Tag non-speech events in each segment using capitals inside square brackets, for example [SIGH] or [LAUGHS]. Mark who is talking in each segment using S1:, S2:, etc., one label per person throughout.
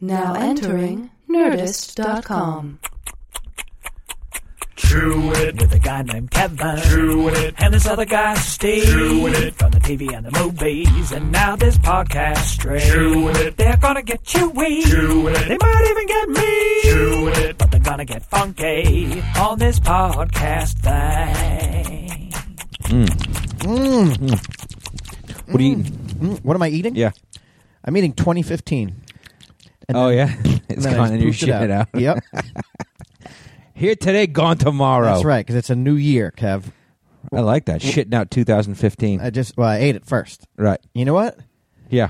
S1: Now entering Nerdist.com.
S2: Truett
S3: with a guy named Kevin.
S2: Truett
S3: And this other guy, Steve.
S2: Truett.
S3: From the TV and the movies. And now this podcast straight.
S2: Truett.
S3: They're gonna get you weak.
S2: Truett.
S3: They might even get me.
S2: Truett.
S3: But they're gonna get funky on this podcast thing.
S4: What are you eating?
S5: Hmm, What am I eating?
S4: Yeah.
S5: I'm eating 2015. [LAUGHS] And
S4: Oh, yeah. It's
S5: then I
S4: gone
S5: just
S4: and you
S5: pooped it
S4: shit it out. [LAUGHS]
S5: Yep.
S4: Here today, gone tomorrow.
S5: That's right, because it's a new year, Kev.
S4: I like that. Shitting out 2015.
S5: I just, well, I ate it first.
S4: right.
S5: You know what?
S4: Yeah.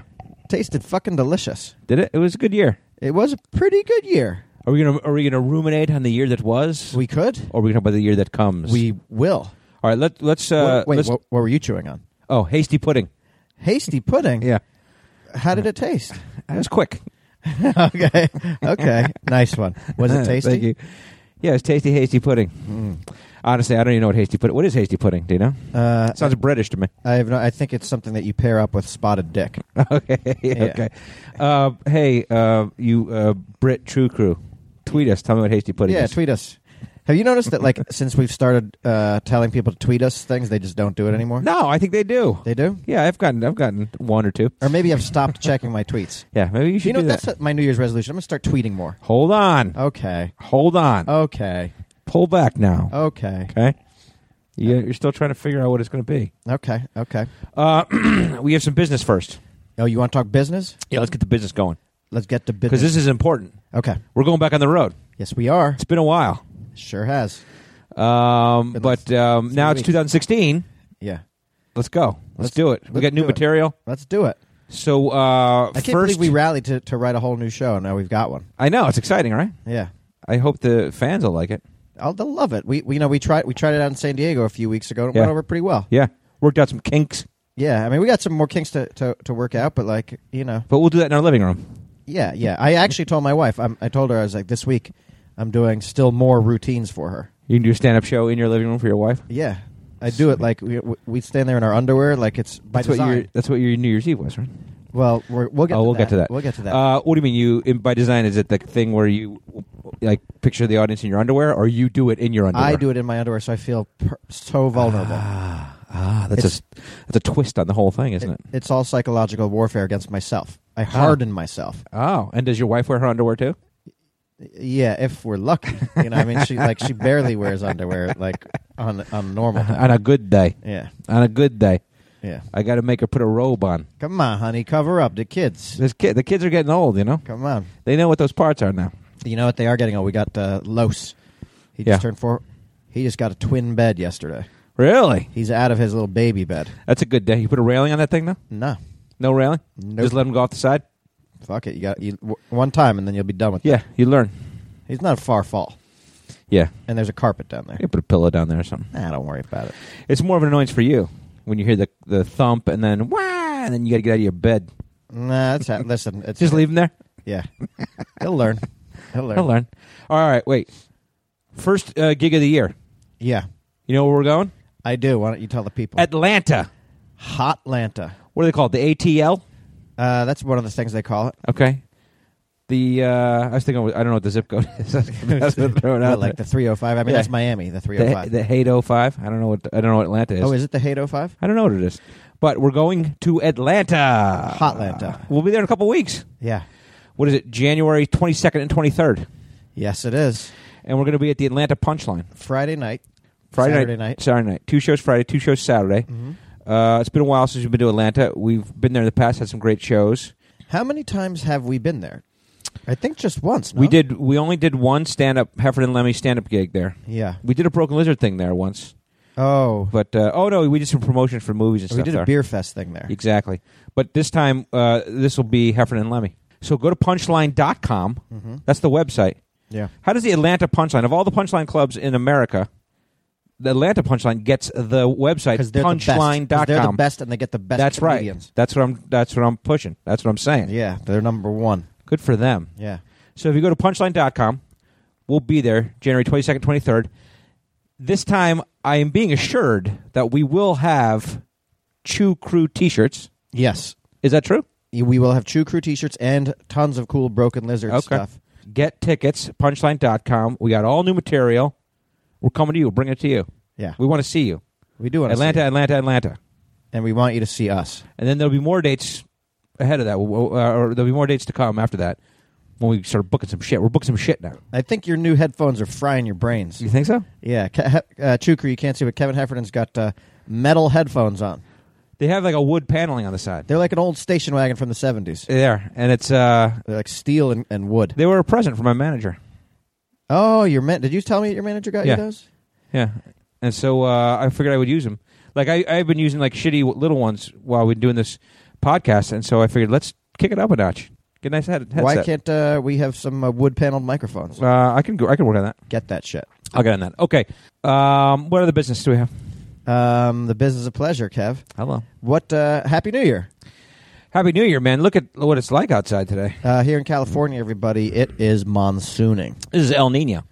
S5: Tasted fucking delicious.
S4: Did it? It was a good year.
S5: It was a pretty good year.
S4: Are we gonna Are we gonna ruminate on the year that was,
S5: We could.
S4: or are we gonna talk about the year that comes?
S5: We will.
S4: All right. Let, let's. Uh,
S5: What- wait,
S4: let's-
S5: what, what were you chewing on?
S4: Oh, hasty pudding.
S5: Hasty pudding?
S4: Yeah.
S5: How did it taste? [LAUGHS]
S4: That was quick.
S5: okay. Okay. nice one. Was it
S4: Uh, [LAUGHS]
S5: tasty? Mm.
S4: Thank you. Yeah, it's tasty, hasty pudding. Honestly, I don't even know what hasty pudding. What is hasty pudding? Do you know?
S5: Uh,
S4: Sounds British to me. [LAUGHS]
S5: I have no, I think it's something that you pair up with spotted dick.
S4: okay. Okay. Uh, hey, uh, you uh, Brit True Crew, tweet us. Tell me what hasty pudding
S5: yeah,
S4: is.
S5: tweet us. Have you noticed
S4: [LAUGHS]
S5: that, like, since we've started uh, telling people to tweet us things, they just don't do it anymore?
S4: No, I think they do.
S5: They do?
S4: Yeah, I've gotten I've gotten one or two.
S5: Or maybe I've stopped checking my tweets.
S4: Yeah, maybe [LAUGHS] you should
S5: You know,
S4: do
S5: that's Oh.
S4: that.
S5: my New Year's resolution. I'm going to start tweeting more.
S4: Hold on.
S5: Okay.
S4: Hold on.
S5: Oh. Okay.
S4: Pull back now.
S5: Oh. Okay.
S4: Okay. You, you're still trying to figure out what it's going to be.
S5: Okay. Okay.
S4: Uh, [CLEARS THROAT] we have some business first.
S5: Oh, you want to talk business?
S4: Yeah, let's get the business going
S5: Let's get to
S4: because
S5: business.
S4: this is important.
S5: okay.
S4: We're going back on the road.
S5: Yes, we are.
S4: It's been a while,
S5: Sure has.
S4: um, but um, now it's
S5: weeks.
S4: 2016.
S5: Yeah.
S4: Let's go. Let's, do it. We
S5: let's
S4: got new
S5: do it.
S4: material.
S5: Let's do it.
S4: So uh,
S5: I can't
S4: first,
S5: believe we rallied to, to write a whole new show. and Now we've got one.
S4: I know it's exciting, right?
S5: Yeah.
S4: I hope the fans will like it.
S5: I'll, they'll love it. We, we you know we tried we tried it out in San Diego a few weeks ago. and It
S4: Yeah.
S5: went over pretty well.
S4: Yeah, worked out some kinks,
S5: Yeah. I mean, we got some more kinks to, to, to work out, but like you know,
S4: but we'll do that in our living room.
S5: yeah, yeah. I actually told my wife. I'm, I told her I was like, this week, I'm doing still more routines for her.
S4: You can do a stand up show in your living room for your wife.
S5: Yeah, I do it like we, we stand there in our underwear, like it's by
S4: That's what
S5: design.
S4: your that's what your New Year's Eve was, right?
S5: well, we're, we'll get.
S4: oh,
S5: to
S4: we'll
S5: that.
S4: get to that.
S5: We'll get to that.
S4: Uh, what do you mean? You in, by design is it the thing where you like picture the audience in your underwear, or you do it in your underwear?
S5: I do it in my underwear, so I feel per- so vulnerable.
S4: Ah, that's
S5: It's-
S4: a that's a twist on the whole thing, isn't it?
S5: It's all psychological warfare against myself. I harden myself.
S4: Oh, and does your wife wear her underwear
S5: [LAUGHS]
S4: too?
S5: Yeah, if we're lucky, you know. I mean, she like she barely wears underwear, like on
S4: [LAUGHS]
S5: on normal.
S4: on a good day,
S5: Yeah,
S4: on a good day,
S5: yeah.
S4: I got to make her put a robe on.
S5: Come on, honey, cover up the kids.
S4: This kid, the kids are getting old, you know.
S5: Come on.
S4: They know what those parts are now.
S5: You know what they are getting? Oh, we got uh, Los. He
S4: Yeah.
S5: just turned four. He just got a twin bed yesterday.
S4: Really,
S5: He's out of his little baby bed.
S4: that's a good day. You put a railing on that thing though.
S5: No,
S4: No railing.
S5: Nope.
S4: Just let them go off the side.
S5: fuck it. You got you, w- one time, and then you'll be done with it.
S4: Yeah, you learn.
S5: He's not a far fall,
S4: Yeah,
S5: and there's a carpet down there.
S4: you put a pillow down there or something.
S5: Nah, don't worry about it.
S4: It's more of an annoyance for you when you hear the the thump and then wah, and then you got to get out of your bed.
S5: Nah, that's ha- listen. It's
S4: Just leave them there.
S5: Yeah, he'll learn. He'll learn.
S4: I'll learn. All right, wait. First uh, gig of the year.
S5: Yeah,
S4: You know where we're going?
S5: I do. Why don't you tell the people?
S4: Atlanta.
S5: Hotlanta.
S4: What do they call it? The ATL.
S5: Uh, that's one of the things they call it.
S4: Okay. The uh, I was thinking I don't know what the zip code [LAUGHS] is. I was
S5: [LAUGHS]
S4: gonna throw it
S5: Well,
S4: out
S5: like the
S4: there.
S5: 305. I mean,
S4: Yeah.
S5: that's Miami. The
S4: the
S5: 305.
S4: the Hado Five. I don't know what I don't know what Atlanta is.
S5: oh, is it the 805?
S4: I don't know what it is. But we're going to Atlanta.
S5: Hotlanta.
S4: We'll be there in a couple weeks.
S5: Yeah.
S4: What is it? January twenty second and twenty third.
S5: Yes, it is.
S4: And we're going to be at the Atlanta Punchline.
S5: Friday night.
S4: Friday
S5: Saturday night. Mm-hmm.
S4: Saturday night. Two shows Friday, two shows Saturday. Uh, it's been a while since we've been to Atlanta. We've been there in the past, had some great shows.
S5: How many times have we been there? I think just once. no?
S4: We did. We only did one stand up Hefford and Lemmy stand up gig there.
S5: Yeah.
S4: We did a Broken Lizard thing there once,
S5: Oh,
S4: but uh, oh no, we did some promotions for movies and
S5: we
S4: stuff.
S5: did a
S4: there.
S5: beer fest thing there.
S4: exactly. But this time, uh, this will be Heffern and Lemmy. So go to punchline.com.
S5: Mm-hmm.
S4: That's the website.
S5: Yeah.
S4: How does the Atlanta Punchline of all the Punchline clubs in America? The Atlanta Punchline gets the website
S5: Because they're the best. 'Cause
S4: punchline.com.
S5: They're the best, and they get the best.
S4: That's
S5: comedians.
S4: right. That's what I'm. That's what I'm pushing. That's what I'm saying.
S5: Yeah, they're number one.
S4: Good for them.
S5: Yeah.
S4: So if you go to punchline.com, we'll be there January 22nd, 23rd. This time, I am being assured that we will have Chew Crew T-shirts.
S5: Yes,
S4: Is that true?
S5: We will have Chew Crew T-shirts and tons of cool Broken Lizard
S4: Okay.
S5: stuff.
S4: Get tickets, punchline.com. We got all new material. We're coming to you. We're bringing it to you.
S5: Yeah,
S4: We want to see you.
S5: we do want to see
S4: Atlanta,
S5: you.
S4: Atlanta, Atlanta.
S5: and we want you to see us.
S4: And then there'll be more dates ahead of that, We'll- uh, or there'll be more dates to come after that when we start booking some shit. We're booking some shit now.
S5: I think your new headphones are frying your brains.
S4: You think so?
S5: Yeah, Ke- he- uh, Chew Crew, you can't see, but Kevin Heffernan's got uh, metal headphones on.
S4: They have like a wood paneling on the side.
S5: They're like an old station wagon from the seventies.
S4: There, and it's uh,
S5: They're like steel and, and wood.
S4: they were a present from my manager.
S5: Oh, your man! Did you tell me your manager got
S4: Yeah.
S5: you those?
S4: Yeah, and so uh, I figured I would use them. Like I, I've been using like shitty little ones while we've been doing this podcast, and so I figured let's kick it up a notch. Get a nice head, headset.
S5: Why can't uh, we have some uh, wood paneled microphones?
S4: uh, I can go? I can work on that.
S5: Get that shit.
S4: I'll get on that. Okay. Um, what other business do we have?
S5: Um, the business of pleasure, Kev.
S4: Hello.
S5: What? Uh, Happy New Year!
S4: Happy New Year, man! Look at what it's like outside today.
S5: Uh, here in California, everybody, it is monsooning.
S4: This is El Nino.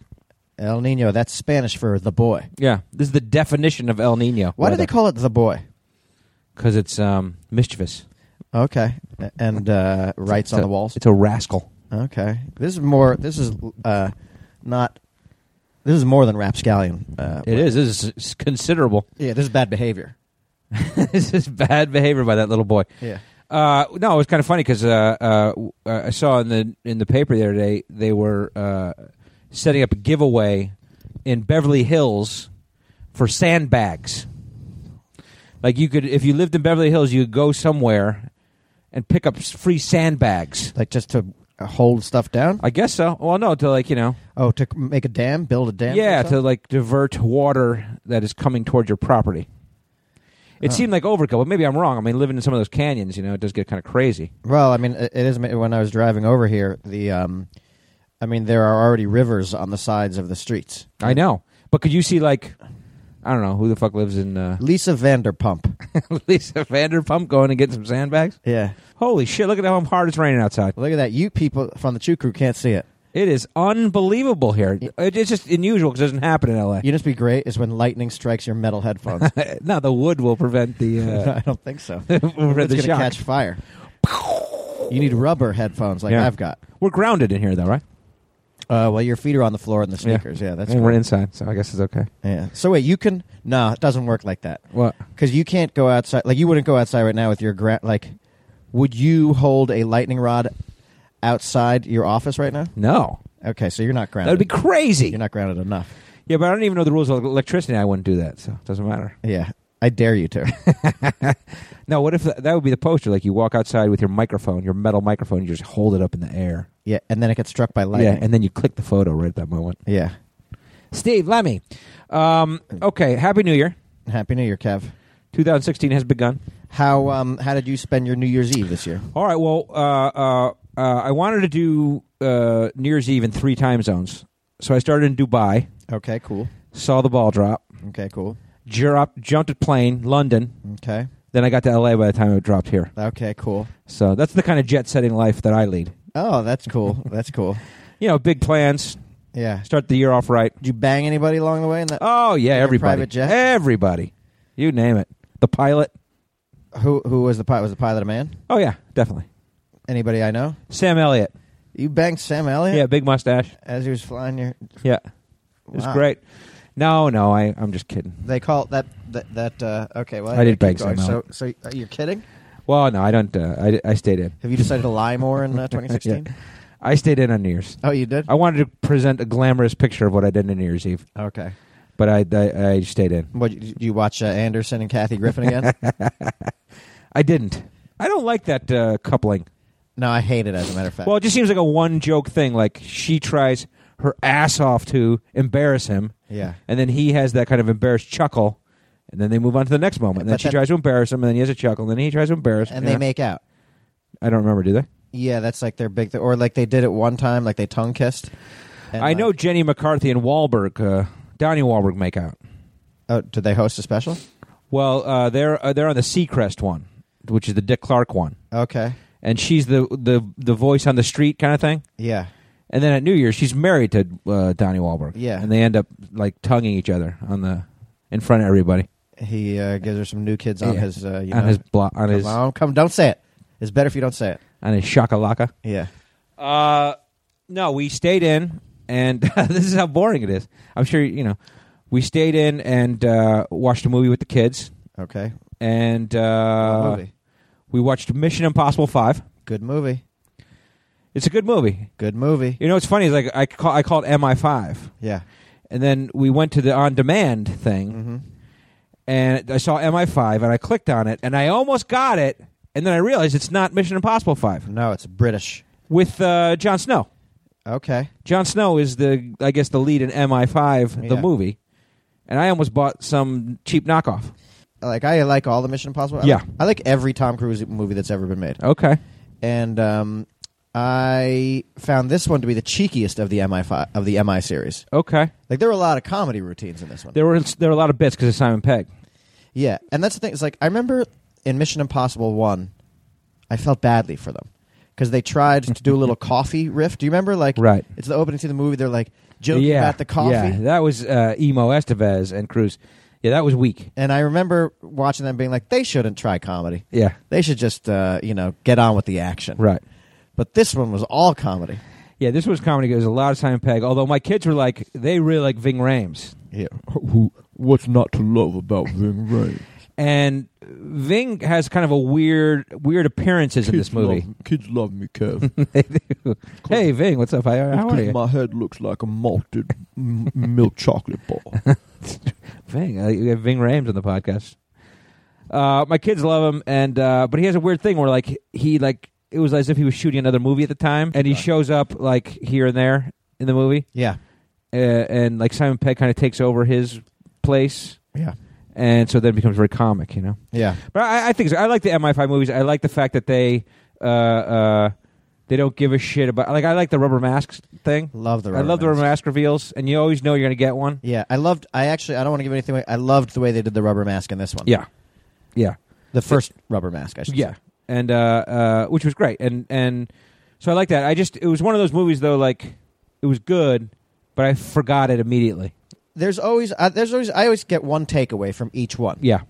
S5: El Nino. That's Spanish for the boy.
S4: Yeah, this is the definition of El Nino.
S5: Why do they call it the boy?
S4: Because it's um, mischievous.
S5: Okay, A- and uh, writes on
S4: It's a-
S5: the walls.
S4: It's a rascal.
S5: Okay, this is more. This is uh, not. This is more than rapscallion. Uh,
S4: It is. This is it's considerable.
S5: Yeah, this is bad behavior.
S4: [LAUGHS] this is bad behavior by that little boy.
S5: Yeah.
S4: Uh, no, it was kind of funny because uh, uh, w- uh, I saw in the in the paper the other day they were uh, setting up a giveaway in Beverly Hills for sandbags. Like you could, if you lived in Beverly Hills, you could go somewhere and pick up s- free sandbags.
S5: Like just to uh, hold stuff down.
S4: I guess so. Well, no, to like you know,
S5: Oh, to c- make a dam, build a dam.
S4: yeah,
S5: or something?
S4: to like divert water that is coming towards your property. It
S5: Oh.
S4: seemed like overkill, but maybe I'm wrong. I mean, living in some of those canyons, you know, it does get kind of crazy.
S5: Well, I mean, it it is. When I was driving over here, the um, I mean, there are already rivers on the sides of the streets.
S4: I know, but could you see like, I don't know who the fuck lives in uh, [LAUGHS]
S5: Lisa Vanderpump.
S4: Lisa Vanderpump going and getting some sandbags?
S5: yeah.
S4: Holy shit! Look at how hard it's raining outside.
S5: Look at that. You people from the Chew Crew can't see it.
S4: It is unbelievable here.
S5: Yeah.
S4: It- It's just unusual because it doesn't happen in L.A.
S5: You know what's be great is when lightning strikes your
S4: [LAUGHS]
S5: metal headphones.
S4: no, the wood will prevent the uh,
S5: I don't think
S4: [LAUGHS]
S5: so.
S4: will prevent
S5: [LAUGHS] it's
S4: the
S5: going to
S4: shock.
S5: catch fire. You need rubber headphones like
S4: Yeah.
S5: I've got.
S4: We're grounded in here though, right?
S5: Uh, well, your feet are on the floor in the
S4: Yeah.
S5: sneakers. Yeah, that's
S4: and
S5: cool.
S4: we're inside, so I guess it's okay.
S5: Yeah. So wait, you can no, it doesn't work like that
S4: What?
S5: because you can't go outside. Like you wouldn't go outside right now with your gra- like. Would you hold a lightning rod outside your office right now?
S4: No,
S5: Okay, so you're not
S4: that would
S5: grounded.
S4: be crazy.
S5: You're not grounded enough.
S4: Yeah, but I don't even know the rules of electricity. I wouldn't do that, so it doesn't matter.
S5: Yeah, I dare you to. [LAUGHS]
S4: No, what if th- that would be the poster? Like you walk outside with your microphone, your metal microphone, you just hold it up in the air.
S5: yeah, and then it gets struck by lightning.
S4: Yeah, and then you click the photo right at that moment.
S5: Yeah.
S4: Steve Lemmy. Um, okay, Happy New Year.
S5: Happy New Year, Kev.
S4: 2016 has begun.
S5: How um how did you spend your New Year's Eve this year?
S4: All right, well, uh, uh, uh, I wanted to do uh, New Year's Eve in three time zones. So I started in Dubai,
S5: Okay, cool.
S4: saw the ball drop,
S5: Okay, cool.
S4: Europe, jumped a plane, London.
S5: Okay.
S4: Then I got to LA by the time it dropped here.
S5: Okay, cool.
S4: So that's the kind of jet setting life that I lead.
S5: Oh, that's
S4: [LAUGHS]
S5: cool. that's cool.
S4: You know, big plans,
S5: Yeah.
S4: start the year off right.
S5: Did you bang anybody along the way in that
S4: Oh, yeah,
S5: Like a
S4: everybody.
S5: private jet?
S4: Everybody. You name it. The pilot.
S5: Who who was the pilot? Was the pilot a man?
S4: Oh, yeah, definitely.
S5: Anybody I know?
S4: Sam Elliott.
S5: You banged Sam Elliott
S4: Yeah, big mustache.
S5: as he was flying your.
S4: Yeah. It's
S5: Wow.
S4: great. No, no, I, I'm just kidding.
S5: They call it that that that. Uh, okay, well,
S4: I did
S5: keep
S4: bang
S5: going.
S4: Sam
S5: So so uh, you're kidding?
S4: Well, no, I don't. Uh, I, I stayed in.
S5: Have you decided to lie
S4: [LAUGHS]
S5: more in uh, 2016?
S4: I stayed in on New Year's.
S5: Oh, you did.
S4: I wanted to present a glamorous picture of what I did on New Year's Eve,
S5: Okay.
S4: but I, I, I stayed in.
S5: What you- do you watch uh, Anderson and Kathy Griffin again?
S4: [LAUGHS] I didn't. I don't like that uh, coupling.
S5: no, I hate it. As a matter of fact.
S4: Well, it just seems like a one joke thing. Like she tries her ass off to embarrass him,
S5: yeah.
S4: and then he has that kind of embarrassed chuckle, and then they move on to the next moment. And then
S5: But
S4: she
S5: that-
S4: tries to embarrass him, and then he has a chuckle, and then he tries to embarrass.
S5: And
S4: you
S5: they
S4: know?
S5: make out.
S4: I don't remember, do they?
S5: Yeah, that's like their big. Th- or like they did it one time, like they tongue kissed. And,
S4: I
S5: like-
S4: know Jenny McCarthy and uh, Wahlberg, uh, Donnie Wahlberg, make out.
S5: Oh, did they host a special?
S4: Well, uh, they're uh, they're on the Seacrest one, which is the Dick Clark one,
S5: Okay.
S4: and she's the the the voice on the street kind of thing.
S5: Yeah.
S4: And then at New Year's, she's married to uh, Donnie Wahlberg.
S5: Yeah.
S4: and they end up like tonguing each other on the in front of everybody
S5: He uh, gives her some new kids on
S4: Yeah.
S5: his. Uh, you
S4: on
S5: know,
S4: his block on
S5: come
S4: his.
S5: on, come, don't say it. It's better if you don't say it.
S4: on his shakalaka.
S5: Yeah.
S4: Uh, no, we stayed in, and [LAUGHS] this is how boring it is. I'm sure you know. We stayed in and uh, watched a movie with the kids,
S5: Okay.
S4: and
S5: Good
S4: uh,
S5: movie.
S4: we watched Mission Impossible Five.
S5: Good movie.
S4: It's a good movie.
S5: Good movie.
S4: You know, what's funny is like I call I called MI Five,
S5: Yeah.
S4: and then we went to the on demand thing,
S5: Mm-hmm.
S4: and I saw MI Five, and I clicked on it, and I almost got it, and then I realized it's not Mission Impossible Five
S5: No, it's British.
S4: with uh, Jon Snow.
S5: Okay.
S4: Jon Snow is the I guess the lead in MI5 the
S5: Yeah.
S4: movie. And I almost bought some cheap knockoff.
S5: Like I like all the Mission Impossible. I
S4: Yeah. Oh.
S5: like, I like every Tom Cruise movie that's ever been made.
S4: Okay.
S5: and um, I found this one to be the cheekiest of the MI fi- of the MI series.
S4: Okay.
S5: Like there were a lot of comedy routines in this one.
S4: There were there were a lot of bits cuz of Simon Pegg.
S5: yeah, and that's the thing. It's like I remember in Mission Impossible One, I felt badly for them because they tried to do
S4: [LAUGHS]
S5: a little coffee riff. Do you remember? Like
S4: Right.
S5: it's the opening to the movie. They're like joking
S4: yeah.
S5: about the coffee.
S4: Yeah. That was uh, Emo Estevez and Cruz. Yeah, that was weak.
S5: And I remember watching them being like, they shouldn't try comedy.
S4: Yeah.
S5: They should just, uh, you know, get on with the action.
S4: Right.
S5: But this one was all comedy.
S4: Yeah, this was comedy. There was a lot of Simon Pegg. Although my kids were like, they really like Ving Rhames,
S5: Yeah.
S2: who what's not to love about
S4: [LAUGHS]
S2: Ving Rhames?
S4: and Ving has kind of a weird, weird appearances in
S2: Kids
S4: this movie.
S2: love- kids love me, Kev.
S4: [LAUGHS] they
S2: [LAUGHS]
S4: do. Hey, Ving, what's up? How, how are
S2: Because
S4: you?
S2: My head looks like a malted m- milk chocolate bar.
S4: Ving. Uh, you have Ving Rhames on the podcast. Uh, my kids love him, and uh, but he has a weird thing where like he like it was as if he was shooting another movie at the time, and he shows up like here and there in the movie,
S5: Yeah.
S4: uh, and like Simon Pegg kind of takes over his place,
S5: Yeah.
S4: and so then it becomes very comic, you know.
S5: Yeah.
S4: But I, I think so. I like the MI5 movies. I like the fact that they uh, uh, they don't give a shit about like I like the rubber masks thing.
S5: Love the
S4: I love the rubber
S5: mask.
S4: mask reveals, and you always know you're gonna get one.
S5: Yeah, I loved. I actually, I don't want to give anything away. I loved the way they did the rubber mask in this one.
S4: Yeah, yeah.
S5: the first rubber mask. I should
S4: yeah
S5: say.
S4: and uh, uh, which was great and and so i like that i just it was one of those movies though like it was good but i forgot it immediately
S5: There's always, uh, there's always. I always get one takeaway from each one.
S4: yeah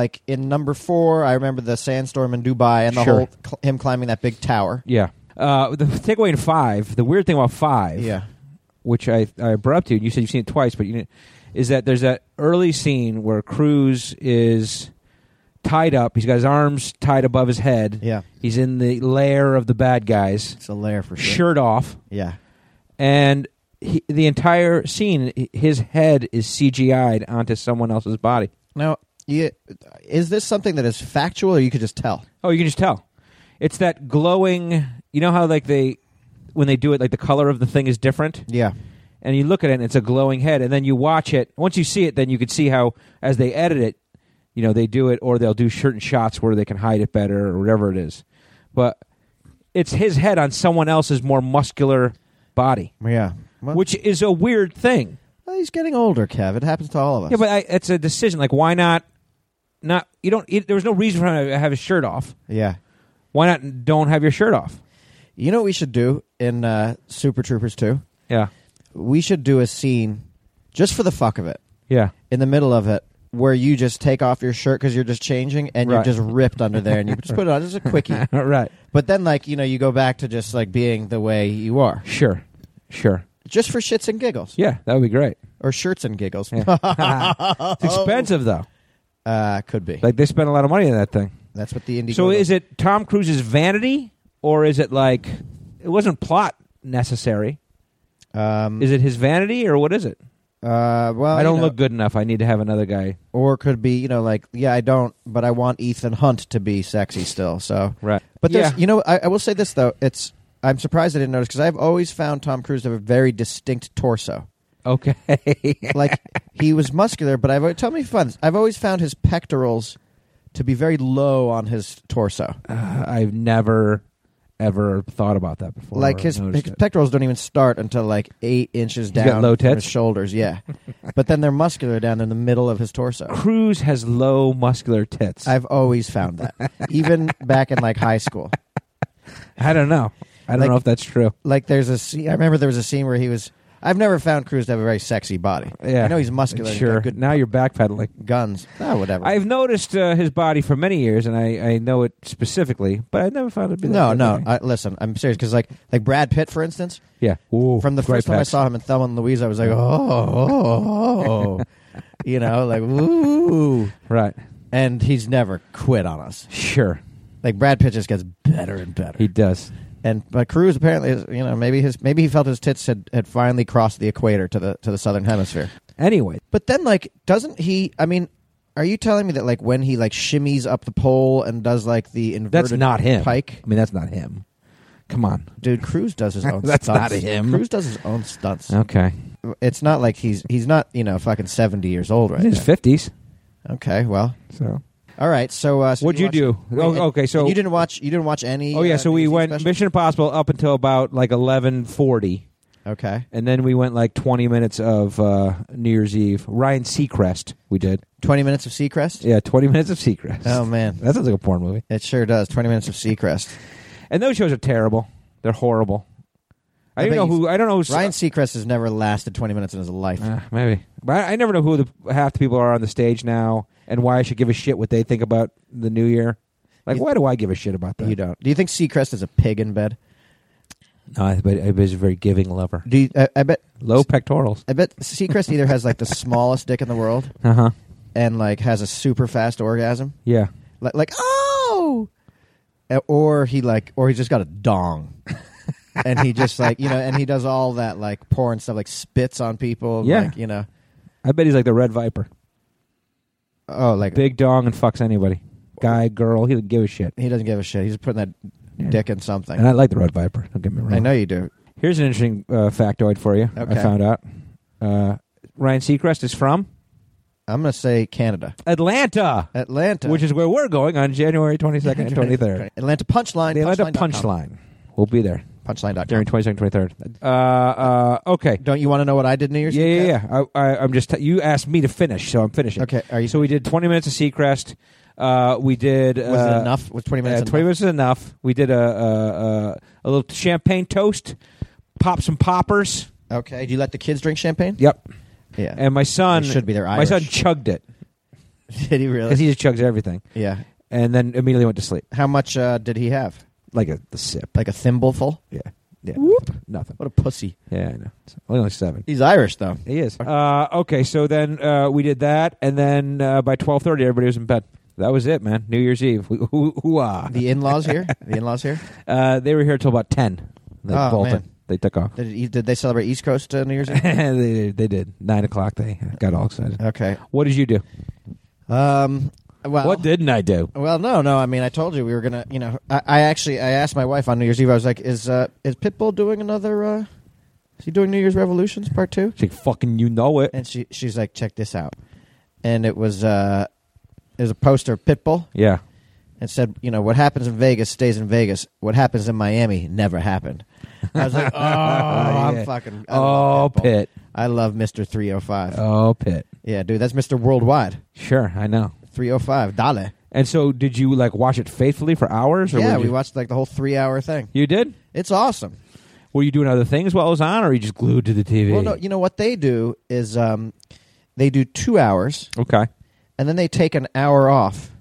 S5: Like in number four, I remember the sandstorm in Dubai and the
S4: Sure.
S5: whole cl- him climbing that big tower.
S4: yeah uh, the takeaway in five the weird thing about five
S5: Yeah,
S4: which I, I brought up to you and you said you've seen it twice but you didn't, is that there's that early scene where cruz is tied up he's got his arms tied above his head
S5: yeah.
S4: he's in the lair of the bad guys
S5: It's a lair for sure.
S4: shirt off
S5: Yeah,
S4: and he, the entire scene, h- his head is CGI'd onto someone else's body.
S5: Now, you, is this something that is factual, or you could just tell?
S4: Oh, you can just tell. It's that glowing. You know how like they, when they do it, like the color of the thing is different,
S5: Yeah,
S4: and you look at it, and it's a glowing head, and then you watch it. Once you see it, then you can see how as they edit it, you know they do it, or they'll do certain shots where they can hide it better, or whatever it is. But it's his head on someone else's more muscular body,
S5: yeah. Well,
S4: which is a weird thing.
S5: well, he's getting older, Kev. It happens to all of us.
S4: Yeah, but I, it's a decision. Like, why not? Not you don't. It, there was no reason for him to have his shirt off.
S5: yeah.
S4: Why not? Don't have your shirt off.
S5: You know what we should do in uh, Super Troopers two?
S4: Yeah,
S5: we should do a scene just for the fuck of it
S4: yeah.
S5: in the middle of it where you just take off your shirt because you're just changing and
S4: Right.
S5: you're just ripped under there and you just put it
S4: [LAUGHS]
S5: on just a quickie
S4: All right.
S5: but then like you know you go back to just like being the way you are
S4: Sure, sure.
S5: just for shits and giggles
S4: Yeah, that would be [LAUGHS] great.
S5: or shirts and giggles
S4: Yeah. it's expensive though.
S5: [LAUGHS] uh could be
S4: Like they spent a lot of money on that thing.
S5: that's what the indie
S4: So is it Tom Cruise's vanity, or is it like it wasn't plot necessary?
S5: um
S4: Is it his vanity, or what is it?
S5: uh well
S4: I
S5: you
S4: don't
S5: know,
S4: look good enough. I need to have another guy.
S5: or could be you know like yeah i don't but i want ethan hunt to be sexy still so
S4: Right.
S5: But there's,
S4: yeah,
S5: you know, I, I will say this though: it's I'm surprised I didn't notice because I've always found Tom Cruise to have a very distinct torso.
S4: okay. [LAUGHS]
S5: Like he was muscular, but I've al- tell me if you find this. I've always found his pectorals to be very low on his torso.
S4: Uh, I've never ever thought about that before.
S5: like
S4: or
S5: his,
S4: noticed
S5: his
S4: it.
S5: pectorals don't even start until like eight inches
S4: got
S5: down
S4: low
S5: from
S4: tits?
S5: his shoulders.
S4: [LAUGHS]
S5: Yeah, but then they're muscular down in the middle of his torso.
S4: Cruz has low muscular tits. I,
S5: I've always found that, even back in like high school.
S4: don't know. I don't
S5: Like-
S4: know if that's true.
S5: like there's a scene. I remember there was a scene where he was. I've never found Cruz to have a very sexy body.
S4: Yeah,
S5: I know he's muscular. and
S4: Sure.
S5: got Good
S4: now you're backpedaling.
S5: guns. Oh, whatever.
S4: I've noticed uh, his body for many years, and I, I know it specifically, but I never found it. To be
S5: no,
S4: that
S5: no.
S4: way.
S5: I, listen, I'm serious because like like Brad Pitt, for instance,
S4: yeah. Ooh,
S5: from the
S4: great
S5: first time I
S4: packs.
S5: saw him in Thelma and Louise, I was like, oh, oh, [LAUGHS] oh. you know, like ooh.
S4: Right.
S5: And he's never quit on us.
S4: Sure.
S5: Like Brad Pitt just gets better and better.
S4: He does.
S5: and but Cruz apparently, is, you know, maybe his maybe he felt his tits had, had finally crossed the equator to the to the southern hemisphere.
S4: Anyway,
S5: But then, like, doesn't he? I mean, are you telling me that like when he like shimmies up the pole and does like the inverted
S4: that's not him.
S5: pike,
S4: I mean, that's not him. Come on.
S5: dude? Cruz does
S4: [LAUGHS]
S5: his own.
S4: That's not
S5: stunts.
S4: him.
S5: Cruz does his own stunts.
S4: Okay.
S5: It's not like he's he's not you know fucking seventy years old right
S4: In his
S5: now.
S4: fifties.
S5: Okay, well,
S4: So.
S5: all right. So, uh, so
S4: What'd you
S5: watched-
S4: do?
S5: Wait,
S4: Oh,
S5: and-
S4: okay, so-
S5: and you didn't watch you didn't watch any.
S4: Oh yeah.
S5: uh,
S4: So we
S5: BBC
S4: went
S5: special?
S4: Mission Impossible up until about like eleven forty,
S5: Okay,
S4: and then we went like twenty minutes of uh, New Year's Eve. Ryan Seacrest. We did.
S5: twenty minutes of Seacrest.
S4: Yeah, twenty minutes of Seacrest.
S5: Oh man,
S4: That sounds like a porn movie.
S5: it sure does. Twenty minutes of Seacrest.
S4: And those shows are terrible. They're horrible. I,
S5: I
S4: don't
S5: bet
S4: know
S5: you-
S4: who. I don't know. who-
S5: Ryan Seacrest has never lasted twenty minutes in his life.
S4: Uh, maybe, but I, I never know who the half the people are on the stage now, and why I should give a shit what they think about the new year. Like,
S5: You-
S4: why do I give a shit about that?
S5: you don't. Do you think Seacrest is a pig in bed?
S4: No, I, but I was a very giving lover.
S5: Do you, I, I bet
S4: Low pectorals.
S5: I bet Seacrest either has like the smallest dick in the world
S4: Uh huh.
S5: and like has a super fast orgasm,
S4: Yeah.
S5: like, like oh, Uh, or he like or he just got
S4: [LAUGHS]
S5: a dong, and he just like you know, and he does all that like porn stuff, like spits on people,
S4: Yeah.
S5: like, you know,
S4: I bet he's like the Red Viper.
S5: oh like
S4: Big dong and fucks anybody. Guy, girl, he doesn't give a shit.
S5: he doesn't give a shit. He's putting that dick in something.
S4: And I like the Red Viper. Don't get me wrong.
S5: I know you do.
S4: Here's an interesting uh, factoid for you.
S5: Okay.
S4: I found out. Uh, Ryan Seacrest is from
S5: I'm gonna say Canada,
S4: Atlanta,
S5: Atlanta, [LAUGHS]
S4: which is where we're going on January 22nd [LAUGHS] and 23rd.
S5: Atlanta punchline.
S4: The Atlanta
S5: punchline.
S4: Punchline. We'll be there
S5: Punchline.
S4: during 22nd, 23rd. Uh, uh, okay.
S5: Don't you want to know what I did New Year's?
S4: Yeah,
S5: Eve,
S4: yeah,
S5: Kat?
S4: yeah. I, I, I'm just. T- you asked me to finish, so I'm finishing.
S5: Okay, are you-
S4: So we did 20 minutes of Seacrest. Uh, we did.
S5: Was
S4: uh,
S5: it enough? Was twenty
S4: Yeah,
S5: minutes?
S4: 20
S5: enough?
S4: minutes is enough. We did a, a, a, a little champagne toast, pop some poppers.
S5: Okay. Do you let the kids drink champagne?
S4: Yep.
S5: Yeah.
S4: And my son
S5: They should be there.
S4: My son chugged it
S5: [LAUGHS] did he really?
S4: because he just chugs everything,
S5: yeah.
S4: and then immediately went to sleep
S5: How much uh, did he have?
S4: like a the sip.
S5: Like a thimbleful?
S4: Yeah. Yeah.
S5: Whoop.
S4: Nothing.
S5: What a pussy.
S4: Yeah, I know. It's Only like seven.
S5: He's Irish though.
S4: He is. Uh, okay, so then uh, we did that, and then uh, by twelve thirty, everybody was in bed. That was it, man. New Year's Eve. We- [LAUGHS] hoo- Hoo-ah.
S5: The in-laws here. The
S4: [LAUGHS]
S5: in-laws here.
S4: Uh, they were here till about ten. They
S5: Oh,
S4: bolted.
S5: man.
S4: They took off.
S5: Did, he, did they celebrate East Coast uh, New
S4: [LAUGHS]
S5: Year's Eve?
S4: they, they did. Nine o'clock. They got all excited.
S5: Okay.
S4: What did you do?
S5: Um. Uh, Well.
S4: What didn't I do?
S5: well, no, no. I mean, I told you we were gonna. You know, I, I actually I asked my wife on New Year's Eve. I was like, "Is uh, is Pitbull doing another? Uh, is he doing New Year's Revolutions Part 2?
S4: She fucking you know it.
S5: and she she's like, check this out, and it was uh, it was a poster of Pitbull.
S4: Yeah.
S5: and said, you know, what happens in Vegas stays in Vegas. What happens in Miami never happened. I
S4: [LAUGHS]
S5: was like, oh,
S4: yeah.
S5: I'm fucking. I
S4: Oh,
S5: love Pitbull.
S4: Pitt.
S5: I love Mister Three Hundred Five.
S4: Oh, Pitt.
S5: Yeah, dude, that's Mister Worldwide.
S4: Sure, I know.
S5: Three Hundred Five, Dale.
S4: And so, did you like watch it faithfully for hours? Or
S5: Yeah,
S4: were
S5: we
S4: you-
S5: watched like the whole three-hour thing.
S4: You did.
S5: It's awesome.
S4: Were you doing other things while it was on, or were you just glued to the TV?
S5: Well, no, you know what they do is um, they do two hours
S4: okay.
S5: and then they take an hour off,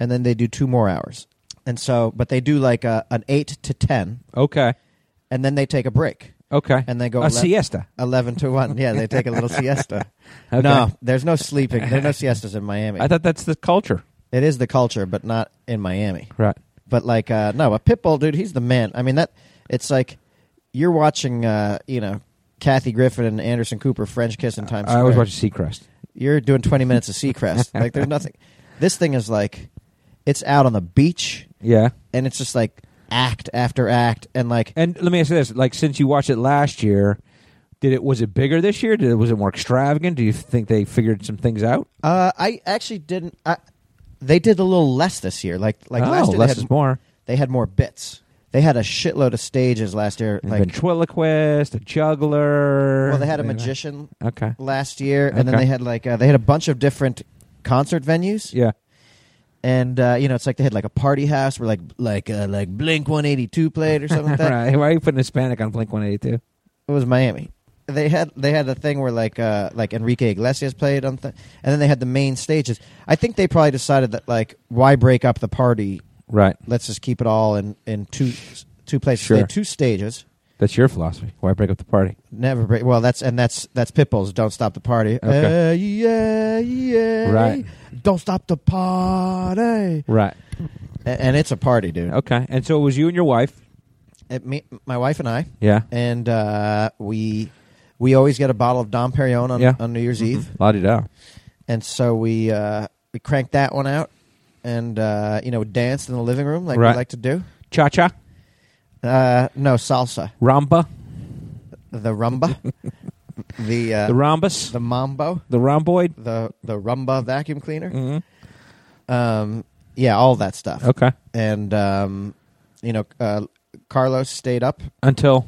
S5: and then they do two more hours, and so but they do like a, an eight to ten,
S4: Okay.
S5: and then they take a break.
S4: Okay.
S5: And they go
S4: a
S5: 11
S4: siesta.
S5: 11 to 1. Yeah, they take
S4: [LAUGHS]
S5: a little siesta.
S4: Okay.
S5: No, there's no sleeping. There's no siestas in Miami.
S4: I thought that's the culture.
S5: it is the culture, but not in Miami.
S4: Right.
S5: But like, uh, no, a Pitbull dude, he's the man. I mean, that it's like you're watching, uh, you know, Kathy Griffin and Anderson Cooper French kiss in Times
S4: I always
S5: Square.
S4: watch Seacrest.
S5: You're doing 20 minutes of
S4: [LAUGHS]
S5: Seacrest. like, there's nothing. This thing is like, it's out on the beach,
S4: Yeah.
S5: and it's just like act after act, and like
S4: And let me ask you this: like, since you watched it last year, did it was it bigger this year? Did it was it more extravagant? Do you think they figured some things out?
S5: Uh, I actually didn't. I, they did a little less this year. Like like
S4: Oh,
S5: last year,
S4: less
S5: they had,
S4: is more.
S5: They had more bits. They had a shitload of stages last year.
S4: And
S5: like
S4: ventriloquist, a juggler.
S5: well, they had a
S4: you know.
S5: magician
S4: Okay.
S5: last year, and then
S4: Okay.
S5: they had like uh, they had a bunch of different concert venues.
S4: Yeah.
S5: And uh, you know, it's like they had like a party house where like like uh,
S4: [LAUGHS]
S5: like Blink One Eighty Two played or something like that.
S4: right. Why are you putting Hispanic on Blink One Eighty Two?
S5: It was Miami. they had they had a thing where like uh like Enrique Iglesias played on, th- and then they had the main stages. I think they probably decided that like why break up the party?
S4: Right.
S5: Let's just keep it all in in two two places.
S4: Sure.
S5: They had two stages.
S4: That's your philosophy. Why break up the party?
S5: Never break. Well, that's and that's that's Pitbull's. Don't stop the party.
S4: Okay.
S5: Uh, yeah, yeah.
S4: Right.
S5: Don't stop the party. A-
S4: Right.
S5: And it's a party, dude.
S4: Okay. And so it was you and your wife.
S5: It, me, my wife and I,
S4: Yeah.
S5: and uh, we we always get a bottle of Dom Perignon on,
S4: Yeah. Mm-hmm.
S5: on New Year's Eve,
S4: La di da.
S5: and so we uh, we cranked that one out, and uh, you know danced in the living room like
S4: Right.
S5: we like to do.
S4: Cha cha.
S5: Uh, no salsa,
S4: Ramba. [LAUGHS]
S5: the rumba, the uh,
S4: The rhombus.
S5: the mambo,
S4: The rhomboid.
S5: the the rumba vacuum cleaner.
S4: hmm
S5: um, yeah, all that stuff.
S4: Okay.
S5: And um, you know, uh, Carlos stayed up
S4: Until.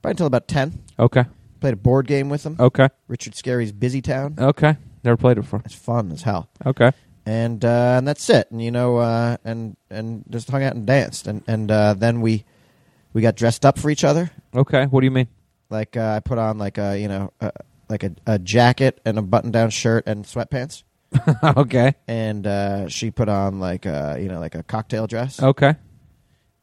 S5: probably until about ten.
S4: Okay.
S5: Played a board game with him.
S4: Okay.
S5: Richard Scary's Busy Town.
S4: Okay. Never played it before.
S5: It's fun as hell.
S4: Okay.
S5: And uh, and that's it. And you know, uh, and and just hung out and danced. And and uh, then we we got dressed up for each other.
S4: Okay. What do you mean? [LAUGHS]
S5: Like uh, I put on like a you know a, like a, a jacket and a button down shirt and sweatpants.
S4: okay.
S5: And uh, she put on like a, you know like a cocktail dress
S4: Okay.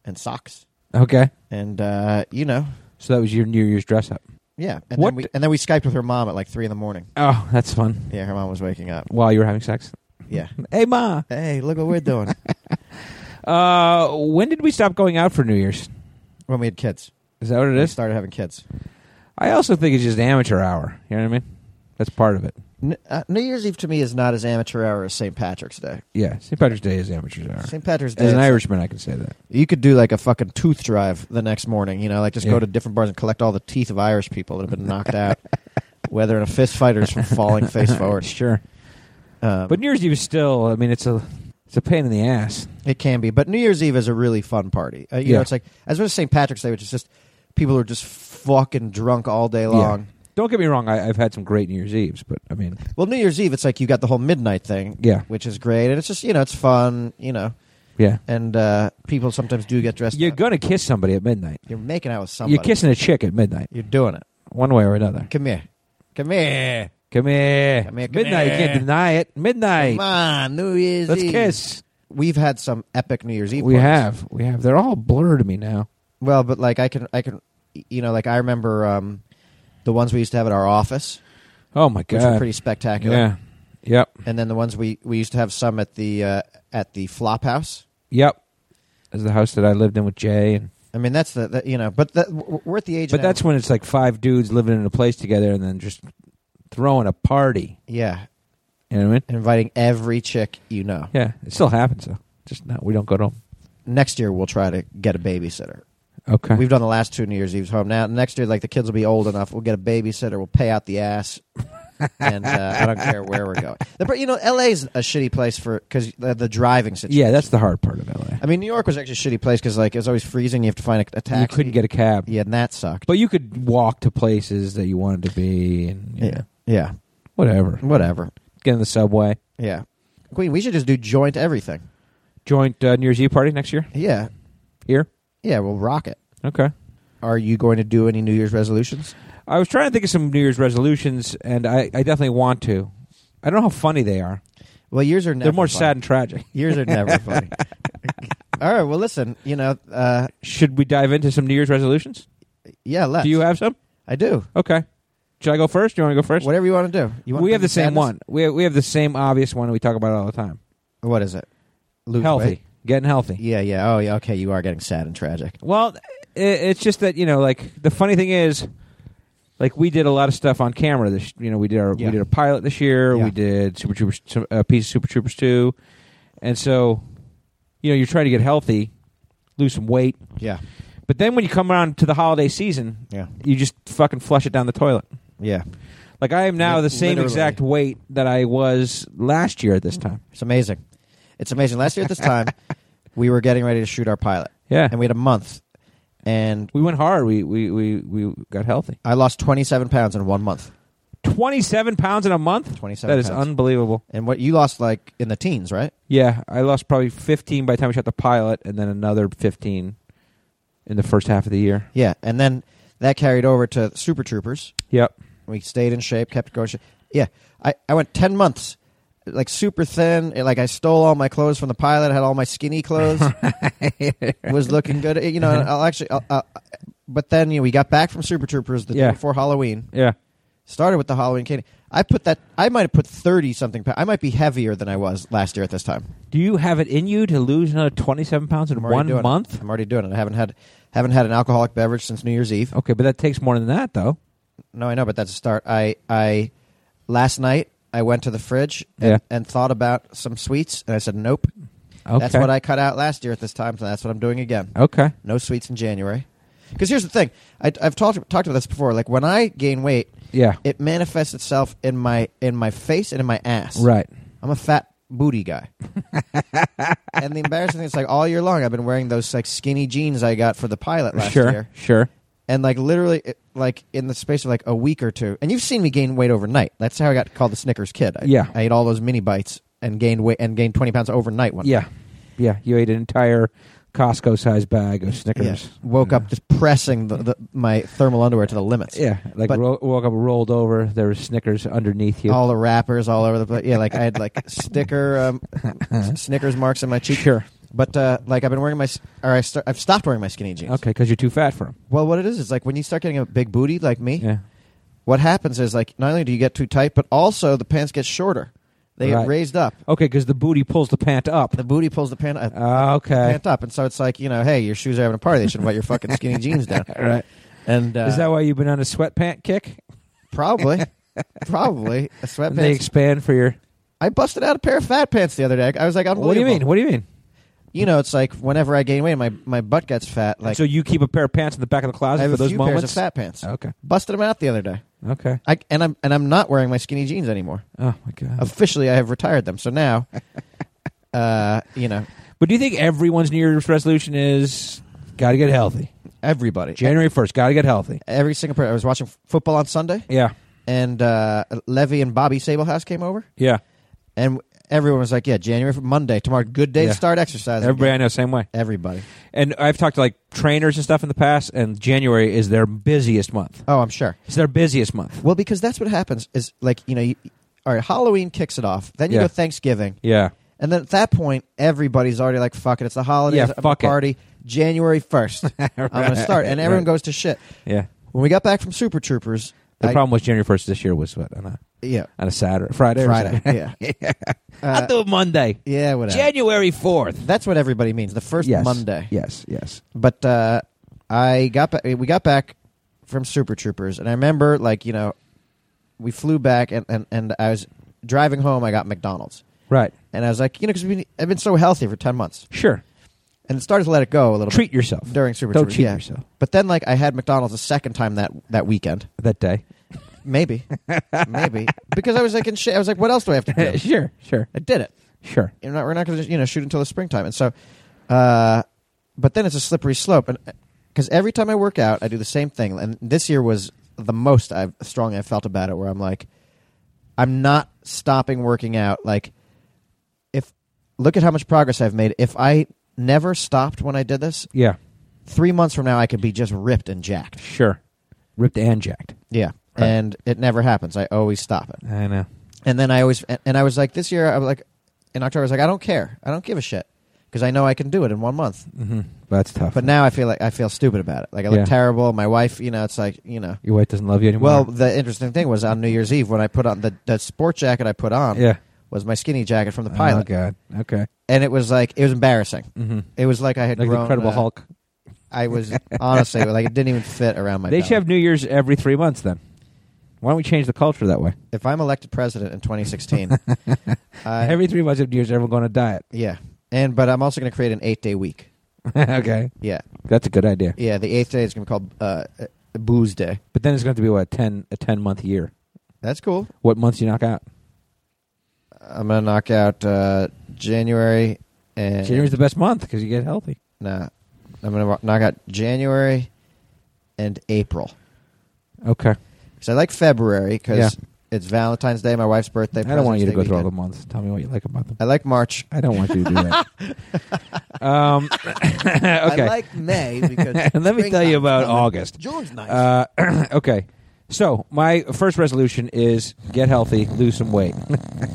S5: and socks.
S4: Okay.
S5: And uh, you know,
S4: So that was your New Year's dress up.
S5: Yeah, and
S4: What
S5: then we
S4: d-
S5: and then we skyped with her mom at like three in the morning.
S4: Oh, that's fun.
S5: Yeah, her mom was waking up.
S4: While you were having sex. [LAUGHS]
S5: Yeah.
S4: Hey, ma.
S5: Hey, look what we're doing
S4: Uh, when did we stop going out for New Year's?
S5: when we had kids.
S4: Is that [LAUGHS] what it
S5: We
S4: is?
S5: started having kids.
S4: I also think it's just amateur hour. You know what I mean? That's part of it.
S5: N- uh, New Year's Eve to me is not as amateur hour as St. Patrick's Day.
S4: Yeah, St. Patrick's Day is amateur hour.
S5: St. Patrick's Day,
S4: As an
S5: it's-
S4: Irishman, I can say that.
S5: you could do like a fucking tooth drive the next morning. You know, like just
S4: Yeah.
S5: go to different bars and collect all the teeth of Irish people that have
S4: [LAUGHS]
S5: been knocked out, whether in a fist fight or just from falling face forward.
S4: Sure,
S5: Um,
S4: but New Year's Eve is still. I mean, it's a it's a pain in the ass.
S5: It can be, but New Year's Eve is a really fun party. Uh, you
S4: Yeah.
S5: know, it's like as well as St. Patrick's Day, which is just people who are just fucking drunk all day long.
S4: Don't get me wrong. I, I've had some great New Year's Eves, but I mean,
S5: Well, New Year's Eve, it's like you got the whole midnight thing,
S4: Yeah.
S5: which is great, and it's just you know it's fun, you know,
S4: yeah,
S5: and uh, people sometimes do get dressed.
S4: you're
S5: up.
S4: gonna kiss somebody at midnight.
S5: You're making out with somebody.
S4: You're kissing a chick at midnight,
S5: You're doing it.
S4: one way or another.
S5: Come here. Come here.
S4: Come here,
S5: Come here, come
S4: midnight. You
S5: here.
S4: can't deny it. Midnight.
S5: Come on, New Year's
S4: Let's
S5: Eve.
S4: kiss.
S5: We've had some epic New Year's Eve.
S4: We
S5: parties.
S4: have, we have. They're all blurred to me now.
S5: Well, but like I can, I can, you know, like I remember um, the ones we used to have at our office,
S4: Oh my
S5: which were
S4: god.
S5: pretty spectacular.
S4: yeah. Yep.
S5: and then the ones we we used to have some at the uh, at the flop house.
S4: Yep. As the house that I lived in with Jay and
S5: I mean, that's the, the you know, but that, w- w- we're at the age.
S4: But
S5: now-
S4: that's when it's like five dudes living in a place together and then just throwing a party.
S5: yeah,
S4: You know what I mean?
S5: inviting every chick you know.
S4: Yeah, it still happens though. Just no, we don't go to them.
S5: Next year we'll try to get a babysitter.
S4: Okay.
S5: We've done the last two New Year's Eves home. Now next year, like the kids will be old enough, we'll get a babysitter. We'll pay out the ass, and uh, I don't care where we're going. The, pro- you know, L.A. is a shitty place for because the, the driving situation.
S4: yeah, that's the hard part of LA.
S5: I mean, New York was actually a shitty place because like it was always freezing. You have to find a, a taxi.
S4: You couldn't get a cab,
S5: yeah, and that sucked.
S4: but you could walk to places that you wanted to be, and you
S5: yeah,
S4: know,
S5: yeah,
S4: whatever.
S5: whatever.
S4: Get in the subway.
S5: Yeah. Queen, we should just do joint everything.
S4: Joint uh, New Year's Eve party next year
S5: Yeah.
S4: here.
S5: Yeah, we'll rock it.
S4: Okay.
S5: Are you going to do any New Year's resolutions?
S4: I was trying to think of some New Year's resolutions, and I, I definitely want to. I don't know how funny they are.
S5: Well, years are never
S4: They're more
S5: fun. [LAUGHS]
S4: sad and tragic.
S5: Years
S4: [LAUGHS]
S5: are never funny. All right, well, listen, you know, uh,
S4: Should we dive into some New Year's resolutions?
S5: yeah, let's.
S4: Do you have some?
S5: I do.
S4: Okay. Should I go first? Do you want to go first?
S5: Whatever you want to do. You want
S4: we have the
S5: things
S4: same
S5: sadness?
S4: one. We have, we have the same obvious one that we talk about all the time.
S5: What is it? Lose
S4: healthy,
S5: weight?
S4: getting healthy.
S5: Yeah, yeah. Oh, yeah. Okay, you are getting sad and tragic.
S4: Well, i it's just that you know, like the funny thing is, like we did a lot of stuff on camera. This, you know, we did our
S5: Yeah.
S4: we did a pilot this year.
S5: Yeah.
S4: We did Super Troopers, a piece of Super Troopers two, and so, you know, you're trying to get healthy, lose some weight,
S5: Yeah,
S4: but then when you come around to the holiday season,
S5: yeah,
S4: you just fucking flush it down the toilet.
S5: yeah.
S4: Like I am now
S5: Lit-
S4: the same
S5: literally.
S4: exact weight that I was last year at this time.
S5: It's amazing. It's amazing. Last year at
S4: [LAUGHS]
S5: this time, we were getting ready to shoot our pilot,
S4: Yeah,
S5: and we had a month, and
S4: we went hard. We we we we got healthy.
S5: I lost 27 pounds in one month.
S4: 27 pounds in a month?
S5: 27
S4: That is
S5: pounds.
S4: unbelievable.
S5: And what you lost like in the teens, right?
S4: Yeah, I lost probably 15 by the time we shot the pilot, and then another 15 in the first half of the year.
S5: Yeah. And then That carried over to Super Troopers.
S4: Yep.
S5: We stayed in shape, kept going. Yeah, I, I went ten months, like super thin. Like I stole all my clothes from the pilot. I had all my
S4: [LAUGHS]
S5: skinny clothes. was looking good. You know,
S4: Uh-huh.
S5: and I'll actually. I'll, I'll, but then you know, we got back from Super Troopers the
S4: Yeah.
S5: day before Halloween.
S4: Yeah.
S5: Started with the Halloween candy. I put that. I might have put thirty something. pa- I might be heavier than I was last year at this time.
S4: Do you have it in you to lose another 27 pounds in
S5: I'm already
S4: one
S5: doing it.
S4: month?
S5: I'm already doing it. I haven't had haven't had an alcoholic beverage since New Year's Eve.
S4: Okay, but that takes more than that, though.
S5: No, I know, but that's a start. I I last night I went to the fridge and,
S4: Yeah.
S5: and thought about some sweets, and I said nope.
S4: Okay.
S5: That's what I cut out last year at this time, so that's what I'm doing again.
S4: Okay.
S5: No sweets in January. Because here's the thing, I, I've talked talked about this before. Like when I gain weight,
S4: Yeah.
S5: it manifests itself in my in my face and in my ass.
S4: Right.
S5: I'm a fat
S4: [LAUGHS]
S5: booty guy. and the embarrassing thing is like all year long I've been wearing those like skinny jeans I got for the pilot last
S4: sure.
S5: year.
S4: Sure.
S5: And like literally it- like in the space of like a week or two. And you've seen me gain weight overnight. That's how I got called the Snickers kid. I,
S4: Yeah.
S5: I ate all those mini bites and gained weight and gained 20 pounds overnight one.
S4: Yeah. Yeah. You ate an entire Costco sized bag of
S5: Yeah.
S4: Snickers.
S5: Woke up just pressing the, the, my thermal underwear to the limits.
S4: Yeah. Like,
S5: But-
S4: ro- woke up, rolled over. There was Snickers underneath you.
S5: All the wrappers all over the place. Yeah, like I had
S4: [LAUGHS]
S5: like sticker um, s- Snickers marks in my cheek.
S4: Uh-huh. Sure.
S5: But uh, like I've been wearing my s- or I start, I've stopped wearing my skinny jeans.
S4: Okay, because you're too fat for them.
S5: Well, what it is is like when you start getting a big booty like me,
S4: Yeah.
S5: what happens is like not only do you get too tight, but also the pants get shorter. They
S4: Right.
S5: get raised up.
S4: Okay, because the booty pulls the pant up.
S5: The booty pulls the pant, uh,
S4: Ah, okay.
S5: pant up, and so it's like you know, hey, your shoes are having a party. They should wet
S4: [LAUGHS]
S5: your fucking skinny jeans down.
S4: Right.
S5: And uh,
S4: Is that why you've been on a sweatpant kick? [LAUGHS]
S5: probably, probably a
S4: And they
S5: sweatpants?
S4: expand for your.
S5: I busted out a pair of fat pants the other day. I was like,
S4: What do you
S5: unbelievable.
S4: mean? What do you mean?
S5: You know, it's like whenever I gain weight, my my butt gets fat. Like
S4: so you keep a pair of pants in the back of the
S5: I
S4: closet
S5: have
S4: for
S5: a
S4: those
S5: few
S4: moments? Oh.
S5: pairs of fat pants.
S4: Okay.
S5: Busted them out the other day.
S4: Okay.
S5: I, and I'm and I'm not wearing my skinny jeans anymore.
S4: Oh my god.
S5: officially I have retired them.
S4: [LAUGHS]
S5: So now, uh, you know,
S4: But do you think everyone's New Year's resolution is got to get healthy?
S5: everybody,
S4: January first, got to get healthy.
S5: every single person. I was watching f- football on Sunday,
S4: Yeah,
S5: and uh, Levy and Bobby Sablehouse came over,
S4: yeah.
S5: and everyone was like, "Yeah, January Monday tomorrow, good day
S4: Yeah.
S5: to start exercising."
S4: Everybody I
S5: again."
S4: know, same way.
S5: everybody.
S4: And I've talked to like trainers and stuff in the past, and January is their busiest month.
S5: Oh, I'm sure.
S4: It's their busiest month.
S5: Well, because that's what happens is like you know, you, all right, Halloween kicks it off, then you
S4: Yeah.
S5: go Thanksgiving,
S4: Yeah,
S5: and then at that point, everybody's already like, "Fuck it, it's the holidays,
S4: Yeah,
S5: I'm gonna
S4: fuck it.
S5: party."
S4: [LAUGHS]
S5: January first, I'm gonna start, and everyone
S4: Right.
S5: goes to shit.
S4: yeah.
S5: When we got back from Super Troopers,
S4: The
S5: I-
S4: problem was January first this year was what on a
S5: yeah,
S4: on a Saturday, Friday, or
S5: Friday.
S4: Saturday? [LAUGHS]
S5: [LAUGHS] yeah.
S4: I'll do it Monday,
S5: Yeah, whatever.
S4: January fourth.
S5: That's what everybody means. The first
S4: Yes.
S5: Monday.
S4: Yes, yes.
S5: But uh, I got ba- we got back from Super Troopers, and I remember like you know, we flew back, and and, and I was driving home. I got McDonald's,
S4: Right.
S5: and I was like, you know, because been, I've been so healthy for ten months,
S4: Sure.
S5: and started to let it go a little
S4: Treat yourself.
S5: bit during Super
S4: Don't
S5: Troopers.
S4: cheat
S5: yeah.
S4: yourself
S5: But then like I had McDonald's a second time that that
S4: [LAUGHS]
S5: weekend,
S4: that day.
S5: maybe, maybe because I was like in shit. I was like, what else do
S4: [LAUGHS]
S5: I have to do?
S4: sure, sure,
S5: I did it.
S4: sure.
S5: you're not, we're not going to you know shoot until the springtime. And so, uh, but then it's a slippery slope, and because every time I work out, I do the same thing. And this year was the most I've strong I've felt about it, where I'm like, I'm not stopping working out. Like, if look at how much progress I've made. If I never stopped when I did this,
S4: Yeah,
S5: three months from now I could be just ripped and jacked.
S4: sure. Ripped and jacked.
S5: Yeah.
S4: Right.
S5: And it never happens. I always stop it.
S4: I know.
S5: And then I always and- and I was like this year I was like in October I was like I don't care I don't give a shit because I know I can do it in one month.
S4: Mm-hmm. That's tough.
S5: But now I feel like I feel stupid about it. Like I look
S4: Yeah.
S5: terrible. My wife, you know, it's like you know.
S4: your wife doesn't love you anymore.
S5: Well, the interesting thing was on New Year's Eve when I put on the the sport jacket I put on
S4: yeah.
S5: was my skinny jacket from the
S4: Oh
S5: pilot,
S4: God. Okay.
S5: and it was like it was embarrassing.
S4: Mm-hmm.
S5: It was like I had
S4: Like the
S5: grown,
S4: Incredible
S5: uh,
S4: Hulk.
S5: I was honestly [LAUGHS] like it didn't even fit around my.
S4: They should
S5: belly.
S4: have New Year's every three months. Then why don't we change the culture that way?
S5: If I'm elected president in
S4: [LAUGHS]
S5: 2016, I,
S4: every three months of New Year's, everyone going on a diet. [LAUGHS]
S5: yeah, and but I'm also going to create an eight day week.
S4: okay,
S5: Yeah,
S4: that's a good idea.
S5: yeah. The eighth day is going to be called uh, uh, Booze Day.
S4: But then it's going to be what ten a ten month year.
S5: That's cool.
S4: What months you knock out?
S5: I'm going to knock out uh, January and
S4: January's the best month because you get healthy.
S5: Nah. I'm going to knock out January and April.
S4: Okay.
S5: Because I like February because It's Valentine's Day, my wife's birthday.
S4: I don't want you to go
S5: President's Day
S4: through all the
S5: weekend.
S4: months. Tell me what you like about them.
S5: I like March.
S4: I don't want you to do that.
S5: [LAUGHS]
S4: um, [LAUGHS] okay.
S5: I like May because
S4: [LAUGHS] Let me tell you
S5: springtime's
S4: about
S5: coming.
S4: August.
S5: June's nice.
S4: Uh, [CLEARS THROAT] okay. So my first resolution is get healthy, lose some weight.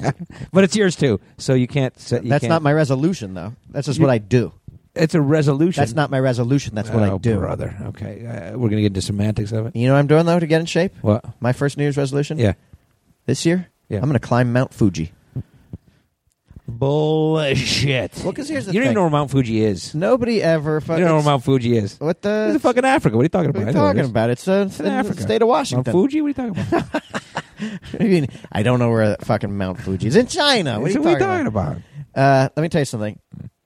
S4: [LAUGHS] but it's yours too, so you can't. Say, you
S5: That's
S4: can't-
S5: not my resolution, though. That's just
S4: You-
S5: what I do.
S4: It's a resolution.
S5: That's not my resolution. That's what
S4: oh,
S5: I do.
S4: brother. Okay, uh, we're gonna get into semantics of it.
S5: You know what I'm doing though to get in shape?
S4: What?
S5: My first New Year's resolution.
S4: Yeah.
S5: This year,
S4: Yeah.
S5: I'm going to climb Mount Fuji.
S4: Bullshit.
S5: Well, 'cause here's the
S4: you don't even
S5: thing.
S4: know where Mount Fuji is.
S5: Nobody ever
S4: You
S5: fucking.
S4: don't know where Mount Fuji is.
S5: what the?
S4: It's in fucking Africa. What are you talking
S5: What
S4: about?
S5: are
S4: I
S5: you
S4: know where
S5: talking
S4: it is.
S5: about? It's, uh,
S4: in
S5: in the
S4: Africa.
S5: state of
S4: Mount
S5: Washington.
S4: Fuji? What are you talking
S5: [LAUGHS]
S4: about?
S5: What do you mean? I don't know where fucking Mount Fuji is. In China. What are you
S4: So
S5: talking
S4: about?
S5: about? Uh, let me tell you something.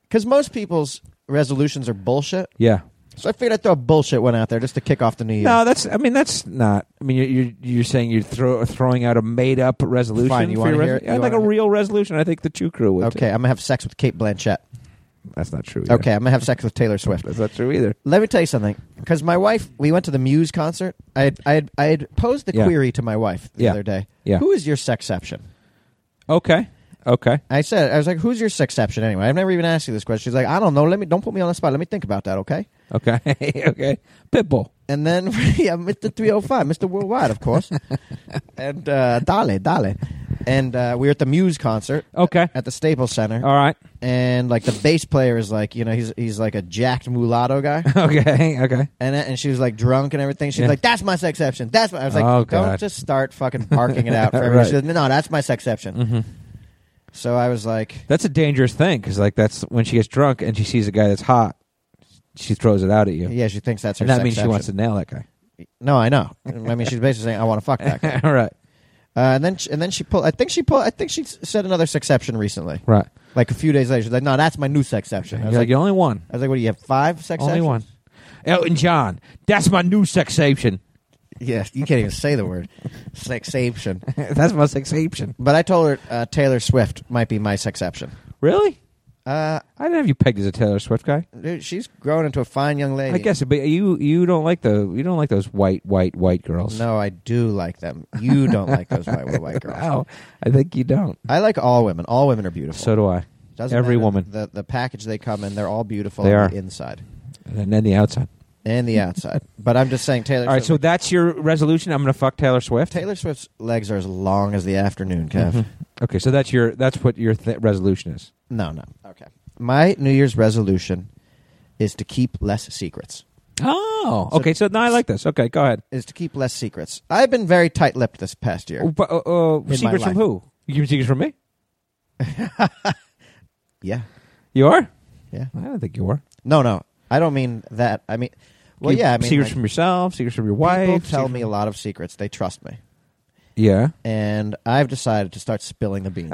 S5: Because most people's resolutions are bullshit.
S4: Yeah.
S5: So I figured I'd throw a bullshit one out there just to kick off the new year.
S4: No, that's. I mean, that's not. I mean, you're you're, you're saying you're throw, throwing out a made up resolution.
S5: Fine, you
S4: for
S5: wanna
S4: your
S5: hear
S4: resol-
S5: it? You
S4: I'd like a
S5: wanna-
S4: real resolution. I think the Chew Crew would.
S5: okay, I'm going to have sex with Kate Blanchett.
S4: that's not true.
S5: Okay, I'm going to have sex with Taylor Swift.
S4: that's not true either.
S5: Let me tell you something. Because my wife, we went to the Muse concert. I had, I had, I had posed the
S4: Yeah.
S5: query to my wife the
S4: Yeah.
S5: other day.
S4: Yeah.
S5: Who is your sexception?
S4: Okay, okay.
S5: I said, I was like, who's your sexception anyway? I've never even asked you this question. She's like, I don't know. Let me, don't put me on the spot. Let me think about that, okay?
S4: Okay, [LAUGHS] okay. Pitbull.
S5: And then, [LAUGHS] yeah, Mr. 305, Mr. Worldwide,
S4: [LAUGHS]
S5: of course. and uh, Dale, Dale. And uh, we were at the Muse concert
S4: Okay.
S5: at the Staples Center.
S4: All right. [LAUGHS]
S5: And, like, the bass player is like, you know, he's, he's like a jacked
S4: [LAUGHS]
S5: mulatto guy.
S4: Okay. Okay.
S5: and and she was like drunk and everything. She's
S4: Yeah.
S5: like, "That's my sexception." That's my. I was like,
S4: Oh, God.
S5: "Don't just start fucking barking it
S4: [LAUGHS]
S5: out for everyone."
S4: Right. Mm.
S5: She was, "No, that's my sexception." So I was like,
S4: Mm-hmm. That's a dangerous thing because, like, that's when she gets drunk and she sees a guy that's hot, she throws it out at you,
S5: "Yeah, she thinks that's her."
S4: and that means she
S5: sexception.
S4: wants to nail that guy.
S5: No, I know. I mean, she's basically saying, "I want to
S4: [LAUGHS]
S5: fuck that." Guy.
S4: All right.
S5: Uh, and then she, and then she pulled. I think she pulled. I think she s- said another sexception recently,
S4: Right.
S5: like a few days later. She's like, "No, that's my new sexception." I
S4: You're
S5: was
S4: like,
S5: like,
S4: you only one.
S5: "I was like, what do you have? Five sexceptions?
S4: Only one. Elton John. That's my new
S5: [LAUGHS]
S4: sexation.
S5: Yes, you can't even say
S4: [LAUGHS]
S5: the word sexception."
S4: that's my sexation.
S5: But I told her uh, Taylor Swift might be my sexception.
S4: Really?
S5: Uh,
S4: I didn't have you pegged as a Taylor Swift guy.
S5: dude, she's grown into a fine young lady.
S4: I guess, but you you don't like the you don't like those white white white girls. [LAUGHS]
S5: No, I do like them. You don't like those white white, white girls.
S4: Wow. I think you don't.
S5: I like all women. All women are beautiful.
S4: So do I.
S5: Doesn't
S4: every
S5: matter
S4: woman.
S5: The the package they come in, they're all beautiful
S4: They
S5: on
S4: are.
S5: the inside
S4: And then the outside.
S5: and the outside. but I'm just saying, Taylor.
S4: All right, so
S5: Swift,
S4: that's your resolution. I'm going to fuck Taylor Swift.
S5: Taylor Swift's legs are as long as the afternoon, Kev.
S4: [LAUGHS] Mm-hmm. Okay, so that's your that's what your th- resolution is.
S5: No, no. Okay. My New Year's resolution is to keep less secrets.
S4: Oh,
S5: So-
S4: okay. So now I like this. Okay, go ahead.
S5: Is to keep less secrets. I've been very tight-lipped this past year.
S4: Oh, but, uh, uh,
S5: my
S4: secrets from
S5: life.
S4: who? You keeping secrets from me?
S5: Yeah.
S4: You are?
S5: Yeah.
S4: I don't think you are.
S5: No, no. I don't mean that. I mean, well,
S4: Keep
S5: yeah. I mean,
S4: secrets
S5: like,
S4: from yourself, secrets from your wife.
S5: people tell
S4: secrets-
S5: me a lot of secrets. They trust me.
S4: [LAUGHS] Yeah.
S5: and I've decided to start spilling
S4: [LAUGHS]
S5: the beans.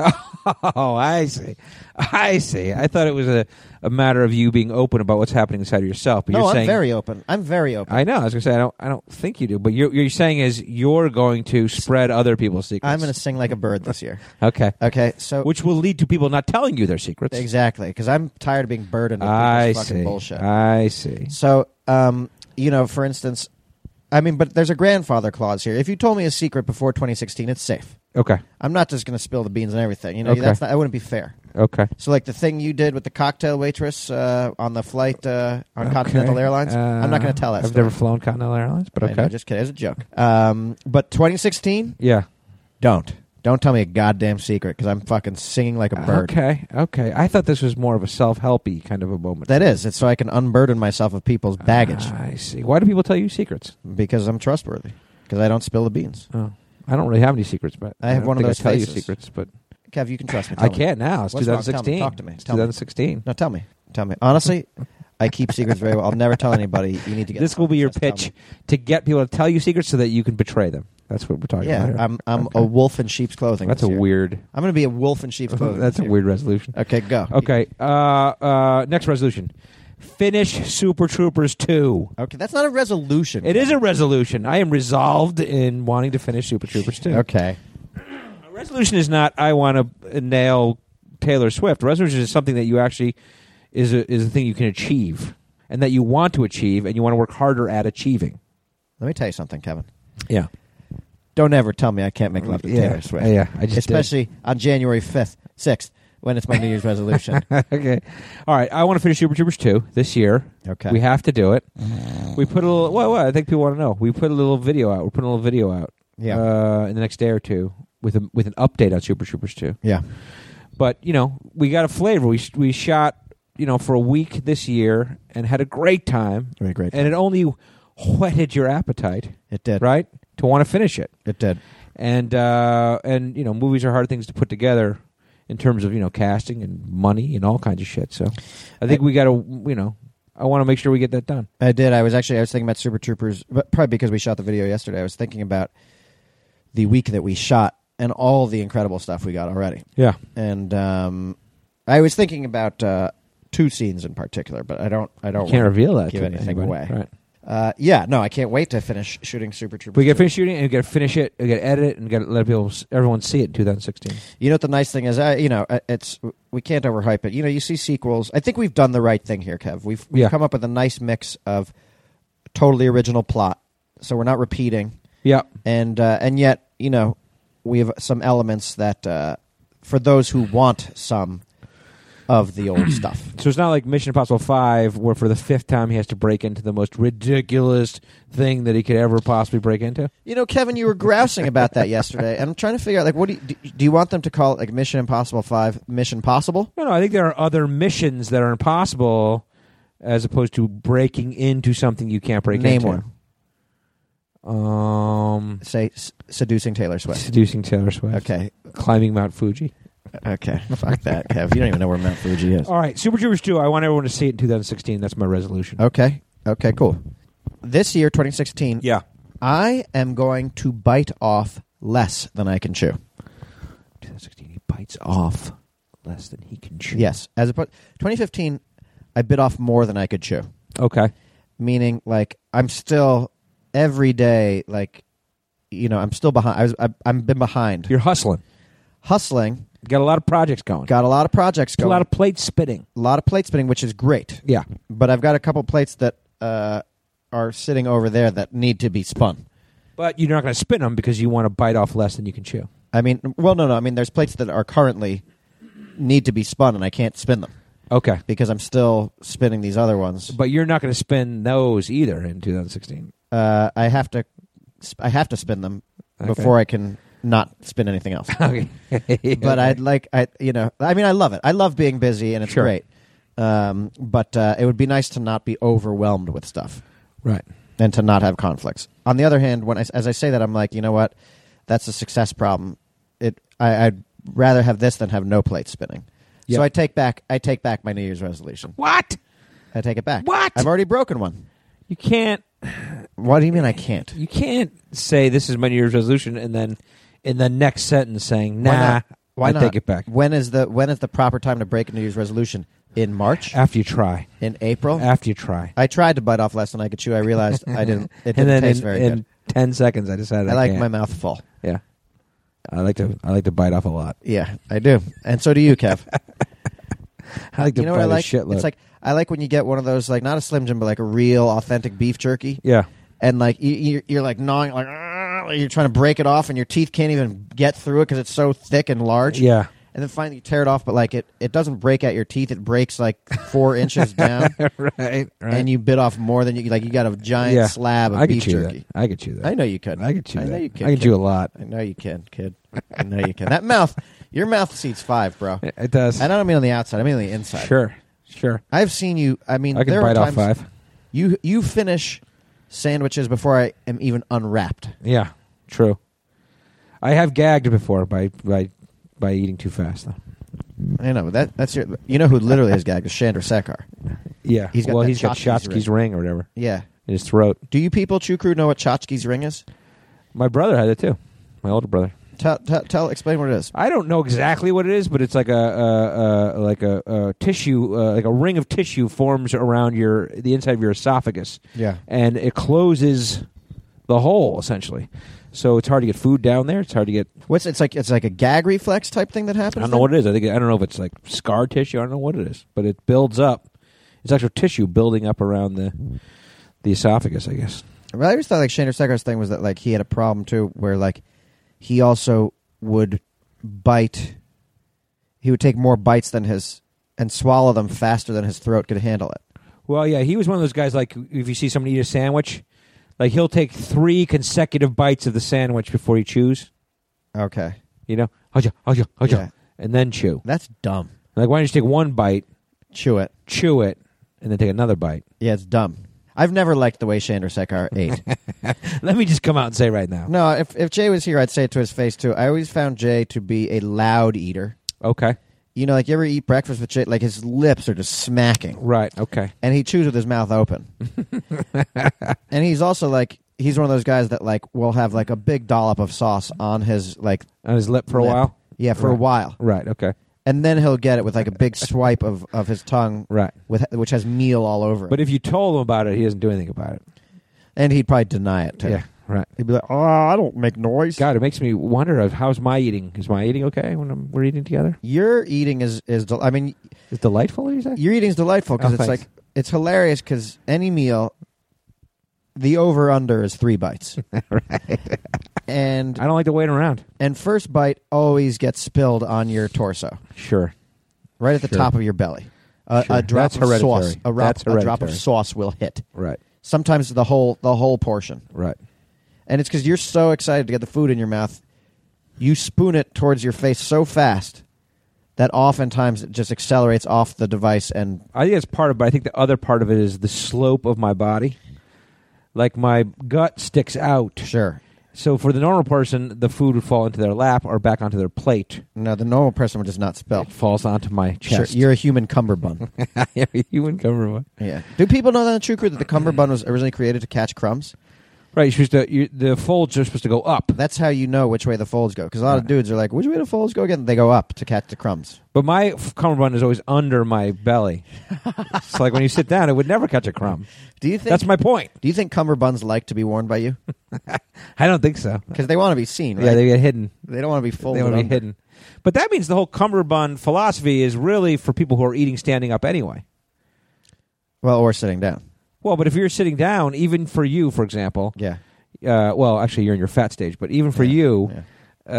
S4: Oh, I see. I see. I thought it was a, a matter of you being open about what's happening inside of yourself. But
S5: no,
S4: you're
S5: I'm
S4: saying,
S5: very open. I'm very open.
S4: I know. I was gonna say I don't. I don't think you do. But you're, you're saying is you're going to spread other people's secrets.
S5: I'm going to sing like a bird this year.
S4: Okay.
S5: Okay, so
S4: Which will lead to people not telling you their secrets.
S5: exactly because I'm tired of being burdened with
S4: I
S5: people's
S4: see.
S5: fucking bullshit.
S4: I see.
S5: so, um, you know, for instance, I mean, but there's a grandfather clause here. If you told me a secret before 2016, it's safe.
S4: Okay.
S5: I'm not just going to spill the beans and everything. You know,
S4: Okay.
S5: that's not, that wouldn't be fair.
S4: Okay.
S5: So, like the thing you did with the cocktail waitress uh, on the flight uh, on Continental
S4: Okay.
S5: Airlines, I'm not
S4: Uh,
S5: going to tell that.
S4: I've
S5: story.
S4: never flown Continental Airlines, but
S5: I
S4: okay.
S5: know, just kidding. It's a joke. Um, but 2016,
S4: yeah.
S5: Don't. Don't tell me a goddamn secret because I'm fucking singing like a bird.
S4: Uh, Okay. Okay. I thought this was more of a self-helpy kind of a moment. Ah,
S5: That is. It's so I can unburden myself of people's baggage
S4: I see. Why do people tell you secrets?
S5: because I'm trustworthy. Because I don't spill the beans.
S4: Oh, I don't really have any secrets, but
S5: I have
S4: don't
S5: one of
S4: think
S5: those
S4: I tell
S5: faces.
S4: you secrets, but
S5: Kev, you can trust me. Tell
S4: I
S5: me.
S4: can't now. It's
S5: What's wrong? Tell
S4: 2016.
S5: me. Talk to me.
S4: It's
S5: Tell me.
S4: 2016.
S5: No, tell me. Tell me. Honestly, I keep secrets very well. I'll never tell anybody. You need to get
S4: This will be your
S5: Just tell
S4: pitch
S5: me.
S4: to get people to tell you secrets so that you can betray them. That's what we're talking
S5: Yeah,
S4: about. here.
S5: I'm I'm
S4: Okay.
S5: a wolf in sheep's clothing.
S4: That's a
S5: this year.
S4: weird.
S5: I'm gonna be a wolf
S4: [LAUGHS]
S5: in sheep's clothing.
S4: That's a
S5: this year.
S4: weird resolution.
S5: Okay, go.
S4: Okay. Uh, uh, next resolution: finish Super Troopers two.
S5: Okay, that's not a resolution.
S4: It is a resolution. I am resolved in wanting to finish Super Troopers two.
S5: Okay.
S4: A resolution is not I want to nail Taylor Swift. A resolution is something that you actually is a, is a thing you can achieve and that you want to achieve and you want to work harder at achieving.
S5: Let me tell you something, Kevin.
S4: Yeah.
S5: Don't ever tell me I can't make love to
S4: yeah.
S5: Taylor Swift.
S4: Yeah, I just did.
S5: especially on January fifth, sixth, when it's my New
S4: [LAUGHS]
S5: Year's resolution.
S4: [LAUGHS] okay. All right. I want to finish Super Troopers 2 this year.
S5: Okay.
S4: We have to do it. We put a little, well, well I think people want to know. We put a little video out. We're putting a little video out
S5: Yeah.
S4: uh, in the next day or two with, a, with an update on Super Troopers 2.
S5: yeah.
S4: But, you know, we got a flavor. We, sh- we shot, you know, for a week this year and had a great time.
S5: It'd be great.
S4: And it only whetted your appetite,
S5: It did.
S4: right? To want to finish it.
S5: It did.
S4: and uh, and you know movies are hard things to put together in terms of you know casting and money and all kinds of shit. So I think we got to you know I want to make sure we get that done.
S5: I did. I was actually I was thinking about Super Troopers, but probably because we shot the video yesterday. I was thinking about the week that we shot and all the incredible stuff we got already.
S4: Yeah,
S5: And um, I was thinking about uh, two scenes in particular, but I don't. I don't
S4: can't
S5: want
S4: reveal that.
S5: Oh, give
S4: to
S5: anything
S4: anybody.
S5: away.
S4: Right.
S5: Uh, yeah, no, I can't wait to finish shooting Super Troopers.
S4: We got to
S5: 2.
S4: finish shooting and we got to finish it. We got to edit it and got to let people everyone see it in 2016.
S5: You know what the nice thing is? I, you know, uh, it's we can't overhype it. You know, you see sequels. I think we've done the right thing here, Kev. We've, we've
S4: Yeah.
S5: come up with a nice mix of totally original plot, so we're not repeating,
S4: Yeah,
S5: and uh, and yet, you know, we have some elements that uh, for those who want some of the
S4: [CLEARS THROAT]
S5: old stuff.
S4: so it's not like Mission Impossible Five, where for the fifth time he has to break into the most ridiculous thing that he could ever possibly break into.
S5: You know, Kevin, you were grousing about that yesterday, and I'm trying to figure out like, what do you, do, do you want them to call it? Like Mission Impossible Five, Mission Possible?
S4: No, no, I think there are other missions that are impossible as opposed to breaking into something you can't break
S5: Name
S4: into. Um,
S5: Say s- seducing Taylor Swift.
S4: seducing Taylor Swift.
S5: Okay,
S4: Climbing Mount Fuji.
S5: Okay, [LAUGHS] Oh. fuck that, Kev. You don't even know where Mount Fuji is.
S4: All right, Super Troopers 2, I want everyone to see it in 2016. That's my resolution.
S5: Okay, okay, cool. This year, 2016,
S4: Yeah.
S5: I am going to bite off less than I can chew.
S4: 2016, he bites off less than he can chew.
S5: Yes, as opposed 2015, I bit off more than I could chew.
S4: Okay.
S5: Meaning, like I'm still every day, like you know, I'm still behind. I was, I, I'm been behind.
S4: You're hustling.
S5: hustling.
S4: Got a lot of projects going.
S5: Got a lot of projects
S4: a
S5: going.
S4: lot of plate spitting.
S5: a lot of plate spinning, which is great.
S4: Yeah.
S5: But I've got a couple plates that uh, are sitting over there that need to be spun.
S4: But you're not going to spin them because you want to bite off less than you can chew.
S5: I mean, well, no, no. I mean, there's plates that are currently need to be spun, and I can't spin them
S4: Okay.
S5: because I'm still spinning these other ones.
S4: But you're not going to spin those either in 2016.
S5: Uh, I have to, sp- I have to spin them
S4: Okay.
S5: before I can not spin anything else.
S4: [LAUGHS] Okay.
S5: But I'd like, I, you know, I mean, I love it. I love being busy, and it's
S4: Sure.
S5: great. Um, but uh, it would be nice to not be overwhelmed with stuff
S4: Right.
S5: and to not have conflicts. On the other hand, when I, as I say that, I'm like, you know what? That's a success problem. It, I, I'd rather have this than have no plate spinning.
S4: Yep.
S5: So I take back, I take back my New Year's resolution.
S4: What?
S5: I take it back.
S4: What?
S5: I've already broken one.
S4: You can't
S5: What do you mean I can't?
S4: you can't say this is my New Year's resolution and then in the next sentence saying, nah,
S5: Why not? Why
S4: I
S5: not?
S4: take it back.
S5: When is the when is the proper time to break a New Year's resolution? In March?
S4: After you try.
S5: In April?
S4: After you try.
S5: I tried to bite off less than I could chew. I realized
S4: [LAUGHS]
S5: I didn't. It didn't
S4: and then
S5: taste
S4: in,
S5: very
S4: in
S5: good.
S4: ten seconds I decided I,
S5: I like
S4: can't.
S5: my mouth full.
S4: Yeah. I like to I like to bite off a lot.
S5: Yeah, I do, and so do you,
S4: [LAUGHS]
S5: Kev.
S4: I like to
S5: you know
S4: bite
S5: what I like?
S4: a shitload.
S5: It's like I like when you get one of those, like not a Slim Jim, but like a real authentic beef jerky,
S4: Yeah.
S5: and like you, you're, you're like gnawing, like "Argh," you're trying to break it off, and your teeth can't even get through it because it's so thick and large.
S4: Yeah. [LAUGHS]
S5: and then finally you tear it off but like it, it doesn't break out your teeth it breaks like
S4: [LAUGHS]
S5: four inches down
S4: right. Right.
S5: and you bit off more than you like you got a giant
S4: Yeah.
S5: slab of
S4: I could
S5: beef
S4: chew
S5: jerky
S4: that. I could chew that.
S5: i know you could
S4: I could chew
S5: i know
S4: that.
S5: you could
S4: I could
S5: kid.
S4: chew a lot.
S5: i know you can kid i know you can that mouth your mouth seats five bro
S4: It it does.
S5: i don't mean on the outside i mean on the inside
S4: Sure. Sure.
S5: i've seen you i mean
S4: I can
S5: there
S4: bite
S5: are
S4: off
S5: times
S4: five.
S5: you you finish sandwiches before i am even unwrapped
S4: Yeah, true. I have gagged before by by by eating too fast though.
S5: i know that that's your you know who literally has gagged is chandra sekar
S4: Yeah,
S5: He's got
S4: well,
S5: that
S4: he's got
S5: Schottky's
S4: Shotsky's ring. or whatever
S5: yeah
S4: in his throat.
S5: do you people chew crew know what tchotchke's ring is
S4: My brother had it too. My older brother.
S5: Tell, tell, tell explain what it is.
S4: I don't know exactly what it is, but it's like a, a, a like a, a tissue, uh, like a ring of tissue forms around your the inside of your esophagus,
S5: Yeah.
S4: and it closes the hole essentially. So it's hard to get food down there. It's hard to get.
S5: What's it's like? It's like a gag reflex type thing that happens.
S4: I don't know what it is. I think I don't know if it's like scar tissue. I don't know what it is, but it builds up. It's actual tissue building up around the the esophagus, I guess.
S5: Well, I always thought like Shane Sacker's thing was that like he had a problem too, where like he also would bite. He would take more bites than his and swallow them faster than his throat could handle it.
S4: Well, yeah, he was one of those guys. Like, if you see someone eat a sandwich, like he'll take three consecutive bites of the sandwich before he chews.
S5: Okay,
S4: You know, Haja, haja, haja,
S5: Oh, Yeah.
S4: and then chew.
S5: that's dumb.
S4: Like, why don't you just take one bite,
S5: Chew it.
S4: chew it, and then take another bite? [LAUGHS]
S5: Yeah, it's dumb. I've never liked the way Shander [LAUGHS] Sekar ate.
S4: Let me just come out and say right now.
S5: no, if if Jay was here, I'd say it to his face too. I always found Jay to be a loud eater.
S4: Okay,
S5: You know, like you ever eat breakfast with Jay, like his lips are just smacking.
S4: right. Okay,
S5: and he chews with his mouth
S4: [LAUGHS]
S5: open. and he's also like he's one of those guys that like will have like a big dollop of sauce on his like
S4: on his lip for a
S5: lip.
S4: while.
S5: Yeah, for a
S4: Right.
S5: while,
S4: Right. Okay.
S5: and then he'll get it with like a big swipe of of his tongue,
S4: Right.
S5: with which has meal all over it.
S4: But if you told him about it, he doesn't do anything about it.
S5: and he'd probably deny it too.
S4: Yeah. Right.
S5: He'd be like, "Oh, I don't make noise."
S4: God, it makes me wonder of how's my eating? Is my eating okay when I'm, we're eating together?
S5: Your eating is is del- I mean,
S4: It's delightful. What do you say?
S5: your eating's delightful because
S4: Oh,
S5: it's
S4: thanks.
S5: like it's hilarious because any meal, the over under is three
S4: [LAUGHS]
S5: bites, and
S4: I don't like to wait around.
S5: And first bite always gets spilled on your torso,
S4: Sure.
S5: right at the
S4: Sure.
S5: top of your belly. A,
S4: Sure.
S5: a drop
S4: That's
S5: of sauce,
S4: hereditary.
S5: a, drop,
S4: That's
S5: a drop of
S4: hereditary.
S5: sauce will hit.
S4: Right.
S5: Sometimes the whole the whole portion,
S4: Right.
S5: and it's because you're so excited to get the food in your mouth, you spoon it towards your face so fast that oftentimes it just accelerates off the device. And
S4: I think that's part of it, but I think the other part of it is the slope of my body. Like my gut sticks out.
S5: sure,
S4: So for the normal person, the food would fall into their lap or back onto their plate.
S5: no, the normal person would just not spill.
S4: It falls onto my
S5: Sure,
S4: chest.
S5: you're a human cummerbund.
S4: [LAUGHS] you wouldn't cover one.
S5: yeah. Do people know that in True Crew that the cummerbund was originally created to catch crumbs?
S4: Right. You're supposed to, you, the folds are supposed to go up.
S5: That's how you know which way the folds go. Because a lot of dudes are like, which way the folds go again? They go up to catch the crumbs.
S4: But my f- cummerbund is always under my [LAUGHS] belly. it's like when you sit down, it would never catch a crumb.
S5: Do you think?
S4: That's my point.
S5: do you think cummerbunds like to be worn
S4: [LAUGHS]
S5: by you?
S4: I don't think so.
S5: Because they want to be seen. Right?
S4: Yeah, they get hidden.
S5: They don't want to be folded.
S4: they want to be
S5: under.
S4: hidden. But that means the whole cummerbund philosophy is really for people who are eating standing up anyway.
S5: Well, or sitting down.
S4: Well, but if you're sitting down, even for you, for example,
S5: Yeah.
S4: uh, well, actually, you're in your fat stage, but even for
S5: Yeah,
S4: you,
S5: yeah.
S4: uh,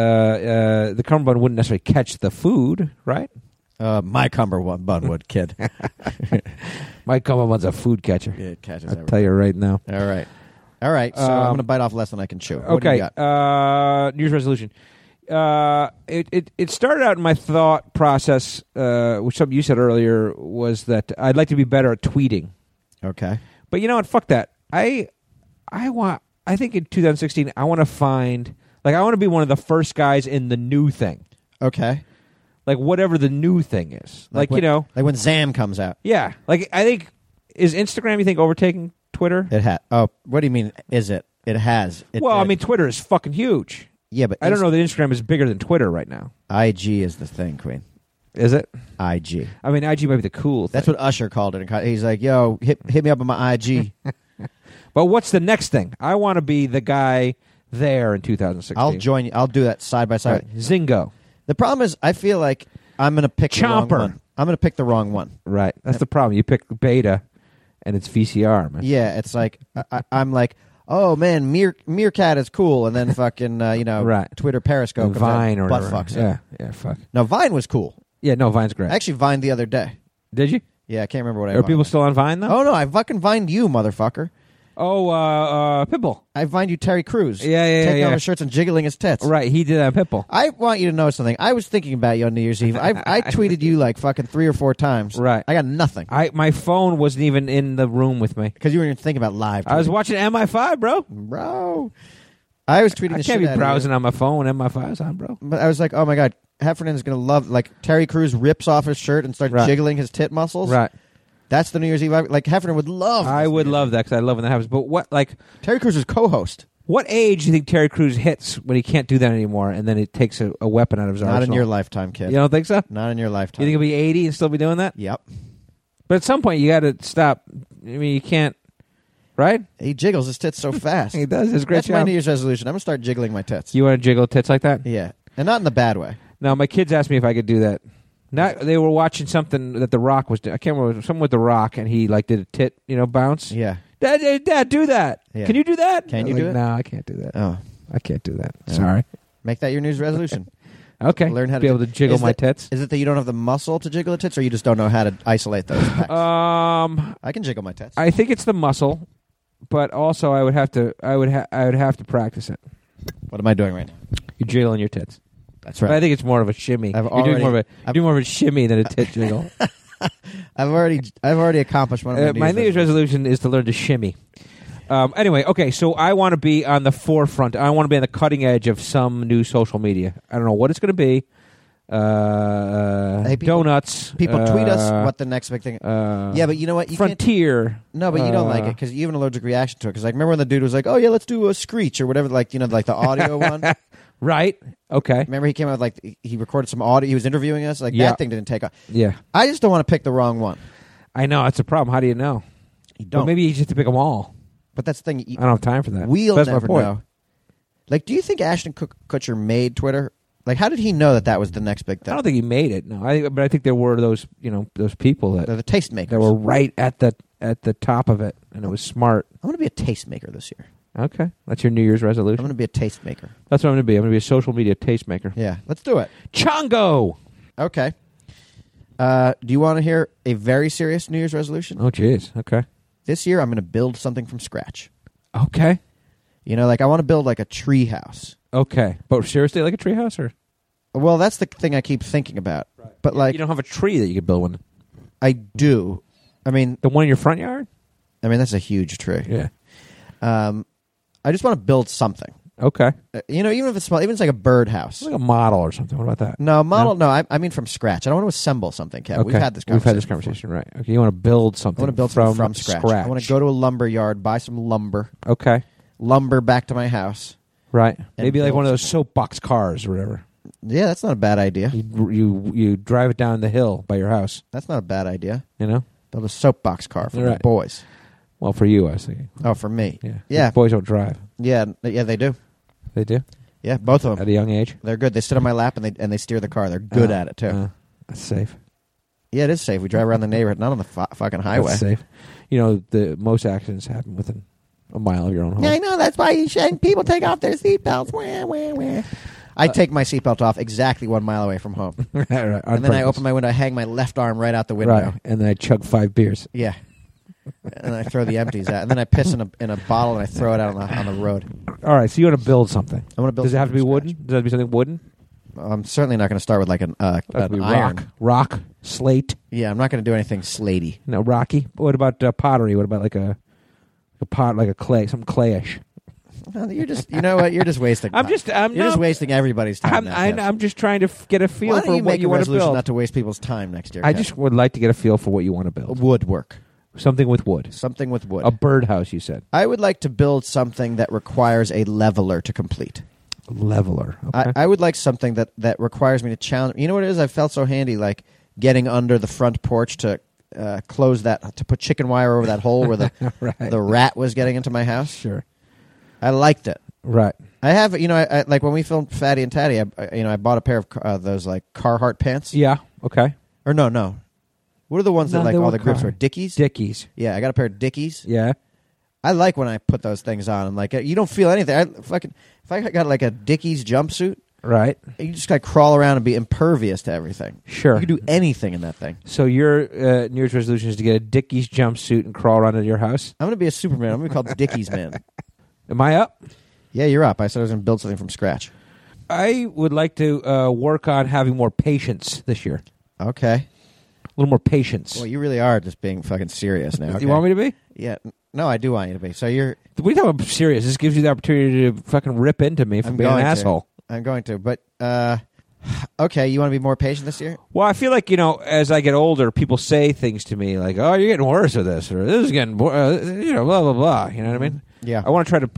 S4: uh, the cummerbund wouldn't necessarily catch the food, right?
S5: Uh, my cummerbund bun
S4: [LAUGHS]
S5: would, kid.
S4: My cummerbund's a food catcher.
S5: Yeah, it catches
S4: I'll tell you right now.
S5: All right. All right. So I'm
S4: Um,
S5: going to bite off less than I can chew. What do you
S4: Okay.
S5: got?
S4: Uh, New Year's resolution. Uh, it, it it started out in my thought process, uh, which something you said earlier was that I'd like to be better at tweeting.
S5: Okay.
S4: But you know what? Fuck that. I I want. I think in 2016, I want to find like I want to be one of the first guys in the new thing,
S5: Okay.
S4: like whatever the new thing is. Like,
S5: when-
S4: you know,
S5: Like when Zam comes out.
S4: yeah. Like I think is Instagram. You think overtaking Twitter?
S5: It had. Oh, what do you mean? Is it? It has. It,
S4: well, I
S5: it-
S4: mean, Twitter is fucking huge.
S5: yeah, but
S4: I don't know that Instagram is bigger than Twitter right now.
S5: IG is the thing, Queen.
S4: Is it?
S5: IG.
S4: I mean, IG might be the cool. Thing.
S5: That's what Usher called it. He's like, "Yo, hit hit me up on
S4: [LAUGHS]
S5: my IG.
S4: But what's the next thing? I want to be the guy there in 2016.
S5: I'll join you. I'll do that side by
S4: All
S5: side."
S4: right. Zingo.
S5: The problem is, I feel like I'm gonna pick the
S4: Chomper.
S5: wrong one. I'm gonna pick the wrong one.
S4: Right. That's the problem. You pick beta, and it's VCR. Man.
S5: Yeah, it's like I, I, I'm like, "Oh man, Meer, Meerkat is cool," and then fucking uh, you know,
S4: Right.
S5: Twitter Periscope
S4: And
S5: comes out
S4: Vine
S5: and
S4: or
S5: butt
S4: whatever.
S5: fucks. it.
S4: Yeah, yeah, fuck.
S5: No, Vine was cool.
S4: Yeah, no, Vine's great.
S5: I actually Vine the other day.
S4: Did you?
S5: Yeah, I can't remember what I.
S4: Are
S5: Vined.
S4: people still on Vine though?
S5: Oh no, I fucking vined you, motherfucker.
S4: Oh, uh, uh, Pitbull.
S5: I vined you, Terry Crews.
S4: Yeah, yeah,
S5: taking
S4: yeah,
S5: off
S4: yeah.
S5: his shirts and jiggling his tits.
S4: Right, he did that Pitbull.
S5: I want you to know something. I was thinking about you on New Year's Eve. I,
S4: [LAUGHS]
S5: I tweeted you like fucking three or four times.
S4: Right.
S5: I got nothing
S4: I my phone wasn't even in the room with me.
S5: because you weren't even thinking about live.
S4: I was
S5: tweeting.
S4: watching MI5, bro.
S5: bro. I was tweeting.
S4: I
S5: the
S4: can't
S5: shit
S4: be
S5: out of you.
S4: browsing on my phone when MI5's on, bro.
S5: But I was like, oh my god, Heffernan is gonna love. Like Terry Crews rips off his shirt and starts
S4: Right.
S5: jiggling his tit muscles.
S4: Right.
S5: That's the New Year's Eve. I- Like Heffernan would love.
S4: I
S5: this.
S4: would love that because I love when that happens. But what, like,
S5: Terry Crews is co-host.
S4: what age do you think Terry Crews hits when he can't do that anymore, and then it takes a, a weapon out of his
S5: Not
S4: arsenal?
S5: in your lifetime, kid.
S4: You don't think so?
S5: Not in your lifetime.
S4: You think he'll be eighty and still be doing that?
S5: yep.
S4: But at some point, you got to stop. I mean, you can't, right?
S5: He jiggles his
S4: [LAUGHS]
S5: tits so fast.
S4: He does his great
S5: That's my
S4: job.
S5: New Year's resolution. I'm gonna start jiggling my tits.
S4: you want to jiggle tits like that?
S5: yeah, and not in the bad way.
S4: Now my kids asked me if I could do that. Not they were watching something that The Rock was. doing. I can't remember someone with The Rock, and he like did a tit, you know, bounce.
S5: Yeah.
S4: Dad, Dad, Dad, do that.
S5: Yeah.
S4: Can you do that?
S5: Can
S4: I'm
S5: you
S4: like,
S5: do it?
S4: No, I can't do that.
S5: Oh,
S4: I can't do that.
S5: Yeah.
S4: Sorry.
S5: make that your
S4: [LAUGHS]
S5: news resolution.
S4: Okay.
S5: Learn how to
S4: be able to jiggle
S5: Is
S4: my
S5: that-
S4: tits.
S5: Is it that you don't have the muscle to jiggle the tits, or you just don't know how to isolate those? Facts?
S4: Um,
S5: I can jiggle my tits.
S4: I think it's the muscle, but also I would have to. I would. Ha- I would have to practice it.
S5: what am I doing right now?
S4: You're jiggling your tits.
S5: That's
S4: But I
S5: right.
S4: think it's more of a shimmy.
S5: I've
S4: You're
S5: already-
S4: doing more of a.
S5: I've-
S4: you do more of a shimmy than a tit jiggle.
S5: I've already, I've already accomplished one of my,
S4: Uh, my New Year's resolution is to learn to shimmy. Um, anyway, okay, so I want to be on the forefront. I want to be on the cutting edge of some new social media. I don't know what it's going to be. Uh,
S5: Hey, people-
S4: donuts.
S5: People tweet
S4: uh,
S5: us what the next big thing.
S4: uh,
S5: yeah, but you know what? You can't.
S4: frontier.
S5: No, but you don't like
S4: uh,
S5: it because you have an allergic reaction to it. Because like, remember when the dude was like, "Oh yeah, let's do a screech or whatever," like you know, like
S4: [LAUGHS]
S5: the audio one.
S4: uh, Right? Okay.
S5: Remember he came out with like he recorded some audio. He was interviewing us. Like
S4: Yeah.
S5: that thing didn't take off.
S4: Yeah,
S5: I just don't want to pick the wrong one.
S4: I know that's a problem. How do you know?
S5: You
S4: Well,
S5: don't.
S4: maybe you just have to pick them all.
S5: but that's the thing. You,
S4: I don't have time for that.
S5: we'll
S4: that's my
S5: never
S4: point.
S5: know. Like, do you think Ashton Kut- Kutcher made Twitter? Like, how did he know that that was the next big
S4: I
S5: thing?
S4: don't think he made it. No, I but I think there were those you know those people that
S5: They're the tastemakers.
S4: that were right at the at the top of it, and it was smart.
S5: I'm going to be a tastemaker this year.
S4: Okay, that's your New Year's
S5: I'm
S4: resolution.
S5: going to be a tastemaker.
S4: that's what I'm going to be. I'm going to be a social media tastemaker.
S5: Yeah, let's do it.
S4: Chongo.
S5: Okay. Uh, do you want to hear a very serious New Year's resolution?
S4: Oh, jeez. Okay.
S5: This year, I'm going to build something from scratch.
S4: Okay.
S5: You know, like I want to build like a tree house.
S4: Okay. But seriously, like a treehouse, or
S5: Well, that's the thing I keep thinking about. But like,
S4: you don't have a tree that you could build one.
S5: I do. I mean,
S4: The one in your front yard.
S5: I mean that's a huge tree.
S4: Yeah.
S5: Um, I just want to build something.
S4: Okay.
S5: Uh, You know, even if it's small, even if it's like a birdhouse.
S4: It's like a model or something. What about that?
S5: No model. No, I, I mean from scratch. I don't want to assemble something, Kev. We've
S4: Okay.
S5: had this.
S4: We've
S5: Conversation
S4: had this
S5: before.
S4: conversation, right? Okay. You want to build
S5: I
S4: something?
S5: want to build something from, scratch. I want to go to a lumber yard, buy some lumber,
S4: Okay.
S5: lumber back to my house.
S4: Right. Maybe like
S5: build
S4: one of those soapbox cars or whatever.
S5: Yeah, that's not a bad idea.
S4: You you you drive it down the hill by your house.
S5: That's not a bad idea.
S4: You know.
S5: Build a soapbox car for the
S4: Right.
S5: boys.
S4: Well, for you, I was thinking.
S5: Oh, for me.
S4: Yeah.
S5: Yeah.
S4: These boys don't drive.
S5: Yeah, n- yeah, they do.
S4: They do
S5: Yeah, both of
S4: at
S5: them.
S4: a young age.
S5: They're good. They sit on my lap and they and they steer the car. They're Oh. good
S4: Uh,
S5: at it too.
S4: Uh, that's safe.
S5: yeah, it is safe. We drive around the neighborhood, not on the fu- fucking highway.
S4: That's safe. You know, the most accidents happen within a mile of your own home.
S5: Yeah, I know. That's why you should, people take off their seatbelts. Wah, wah, wah. I take my seatbelt off exactly one mile away from home.
S4: [LAUGHS] Right, right, on
S5: and then I
S4: purpose.
S5: open my window, I hang my left arm right out the window.
S4: right, and then I chug five beers.
S5: Yeah. and I throw the empties out. And then I piss in a, in a bottle and I throw it out on the, on the road.
S4: All right, so you want to build something?
S5: I want to build.
S4: Does it have to be
S5: something from
S4: wooden? Does it have to be something wooden?
S5: scratch. I'm certainly not going to start with like an, uh,
S4: It has to
S5: an
S4: be
S5: iron.
S4: rock, rock, slate.
S5: Yeah, I'm not going to do anything slaty.
S4: No, rocky. But What about uh, pottery? What about like a a pot, like a clay, some clayish?
S5: No, You're just, you know what? You're just wasting.
S4: I'm
S5: time.
S4: just, I'm
S5: You're
S4: not,
S5: just wasting everybody's time.
S4: I'm,
S5: now,
S4: I,
S5: Kev.
S4: I'm just trying to f- get a feel
S5: Why
S4: for
S5: don't you
S4: what
S5: make
S4: you
S5: a
S4: want to
S5: resolution
S4: build.
S5: not to waste people's time next year?
S4: I
S5: Kev?
S4: just would like to get a feel for what you want to build.
S5: woodwork.
S4: Something with wood.
S5: Something with wood.
S4: A birdhouse, you said.
S5: I would like to build something that requires a leveler to complete.
S4: Leveler. Okay.
S5: I, I would like something that, that requires me to challenge. You know what it is? I felt so handy, like getting under the front porch to uh, close that, to put chicken wire over that hole where the
S4: [LAUGHS] right.
S5: the rat was getting into my house.
S4: sure.
S5: I liked it.
S4: Right.
S5: I have, you know, I, I, like when we filmed Fatty and Tatty, I, I- you know, I bought a pair of uh, those like Carhartt pants.
S4: Yeah. Okay.
S5: Or no, no. What are the ones
S4: No,
S5: that like
S4: they
S5: all
S4: were
S5: the groups
S4: Carhartt.
S5: are? Dickies?
S4: Dickies.
S5: yeah, I got a pair of Dickies.
S4: Yeah.
S5: I like when I put those things on. I'm like, you don't feel anything. I fucking if I got like a Dickies jumpsuit,
S4: Right.
S5: you just gotta crawl around and be impervious to everything.
S4: Sure.
S5: You can do anything in that thing.
S4: so your uh, New Year's resolution is to get a Dickies jumpsuit and crawl around into your house.
S5: I'm gonna be a Superman. I'm gonna be called
S4: [LAUGHS]
S5: Dickies Man.
S4: Am I up?
S5: Yeah, you're up. I said I was gonna build something from scratch.
S4: I would like to uh, work on having more patience this year.
S5: Okay.
S4: A little more patience.
S5: Well, you really are just being fucking serious now.
S4: You want me to be?
S5: Yeah. n- No, I do want you to be. So you're.
S4: We talk about serious. This gives you the opportunity to fucking rip into me for
S5: I'm
S4: being an
S5: going to.
S4: asshole.
S5: I'm going to. But uh, okay, you want to be more patient this year?
S4: Well, I feel like you know, as I get older, people say things to me like, "Oh, you're getting worse with this," or "This is getting, wor- uh, you know, blah blah blah." You know what I mean?
S5: Mm-hmm. Yeah.
S4: I want to try to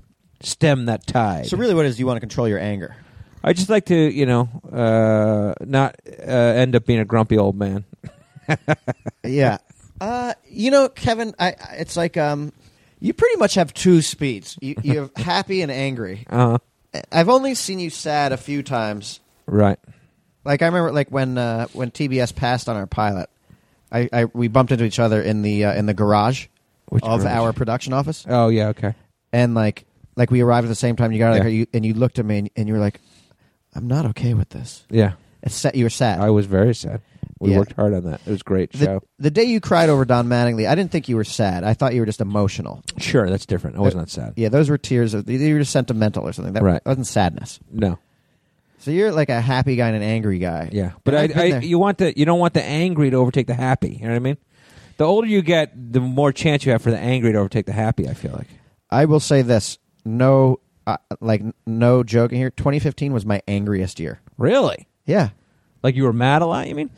S4: stem that tide.
S5: So really, what is you want to control your anger?
S4: I just like to, you know, uh, not uh, end up being a grumpy old man.
S5: Yeah. Uh, you know, Kevin, I, I- it's like um, you pretty much have two speeds.
S4: [LAUGHS]
S5: You, you're happy and angry.
S4: Uh,
S5: I've only seen you sad a few times.
S4: right.
S5: Like I remember, like when uh, when TBS passed on our pilot, I, I we bumped into each other in the uh, in the garage.
S4: Which
S5: of
S4: garbage?
S5: our production office,
S4: Oh yeah, okay.
S5: and like like we arrived at the same time. You got out
S4: Yeah.
S5: of the car, you, and you looked at me, and, and you were like, "I'm not okay with this."
S4: Yeah,
S5: It's set. You were sad.
S4: I was very sad. We
S5: Yeah.
S4: worked hard on that. It was a great
S5: the,
S4: show.
S5: the day you cried over Don Mattingly, I didn't think you were sad. I thought you were just emotional.
S4: Sure, that's different. I was not sad.
S5: Yeah, those were tears. Of, you were just sentimental or something. That
S4: Right.
S5: wasn't sadness.
S4: No.
S5: So you're like a happy guy and an angry guy.
S4: Yeah, but
S5: I've been
S4: I, I
S5: there.
S4: you want the you don't want the angry to overtake the happy. You know what I mean? The older you get, the more chance you have for the angry to overtake the happy. I feel like.
S5: I will say this. No, uh, like no joking here. 2015 was my angriest year.
S4: Really?
S5: Yeah.
S4: Like you were mad a lot. You mean?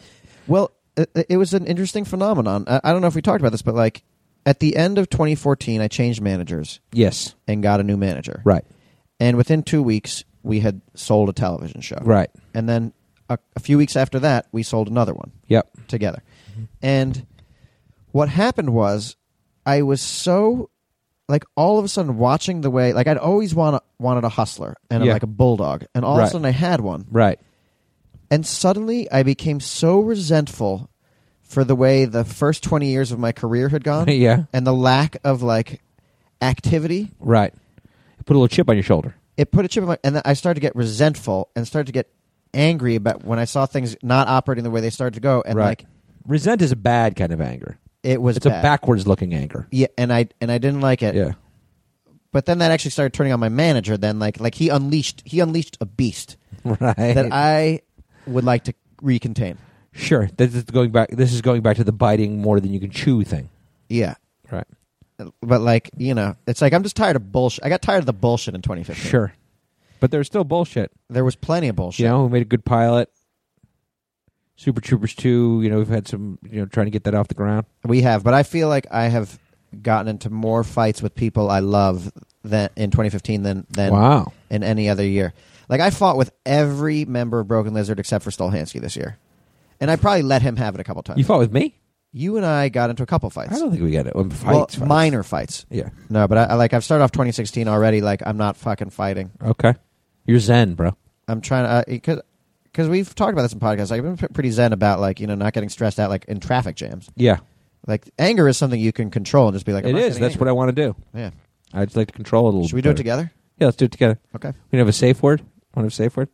S5: Well, it, it was an interesting phenomenon. I, I don't know if we talked about this, but like at the end of 2014, I changed managers
S4: Yes.
S5: and got a new manager.
S4: Right.
S5: And within two weeks, we had sold a television show.
S4: Right.
S5: And then a, a few weeks after that, we sold another one.
S4: Yep. Mm-hmm.
S5: together. And what happened was I was so like all of a sudden watching the way like I'd always want wanted a hustler and
S4: Yeah.
S5: like a bulldog and all of
S4: Right.
S5: a sudden I had one
S4: Right.
S5: and suddenly I became so resentful for the way the first 20 years of my career had
S4: [LAUGHS]
S5: gone
S4: yeah.
S5: and the lack of like activity
S4: Right. Put a little chip on your shoulder.
S5: it put a chip in my and then I started to get resentful and started to get angry about when I saw things not operating the way they started to go and
S4: right.
S5: like
S4: Resent is a bad kind of anger.
S5: it was
S4: It's a
S5: bad.
S4: backwards looking anger.
S5: yeah and I and I didn't like it
S4: Yeah. [LAUGHS]
S5: but then that actually started turning on my manager then like like he unleashed he unleashed a beast
S4: Right.
S5: that i would like to recontain
S4: sure. This is going back. This is going back to the biting more than you can chew thing.
S5: yeah
S4: Right.
S5: but like you know it's like i'm just tired of bullshit i got tired of the bullshit in 2015
S4: Sure. But there's still bullshit.
S5: there was plenty of bullshit
S4: You know, we made a good pilot. Super Troopers two. You know, we've had some. You know, trying to get that off the ground.
S5: we have but i feel like i have gotten into more fights with people i love than in 2015 than than
S4: wow.
S5: in any other year like i fought with every member of broken lizard except for stolhansky this year and i probably let him have it a couple times
S4: You fought with me?
S5: You and i got into a couple fights
S4: I don't think we got it. Um, Fights,
S5: well,
S4: fights.
S5: minor fights
S4: Yeah.
S5: No, but I, I like I've started off 2016 already. Like I'm not fucking fighting.
S4: Okay. You're zen, bro.
S5: I'm trying to because because we've talked about this in podcasts. Like, I've been p- pretty zen about like you know not getting stressed out like in traffic jams.
S4: Yeah.
S5: Like anger is something you can control and just be like
S4: it is. That's what I want to do.
S5: I yeah.
S4: I'd just like to control it a little.
S5: Should we
S4: bit
S5: do it
S4: better.
S5: together?
S4: Yeah, let's do it together.
S5: Okay.
S4: We don't have a safe word. Want to have a safe word?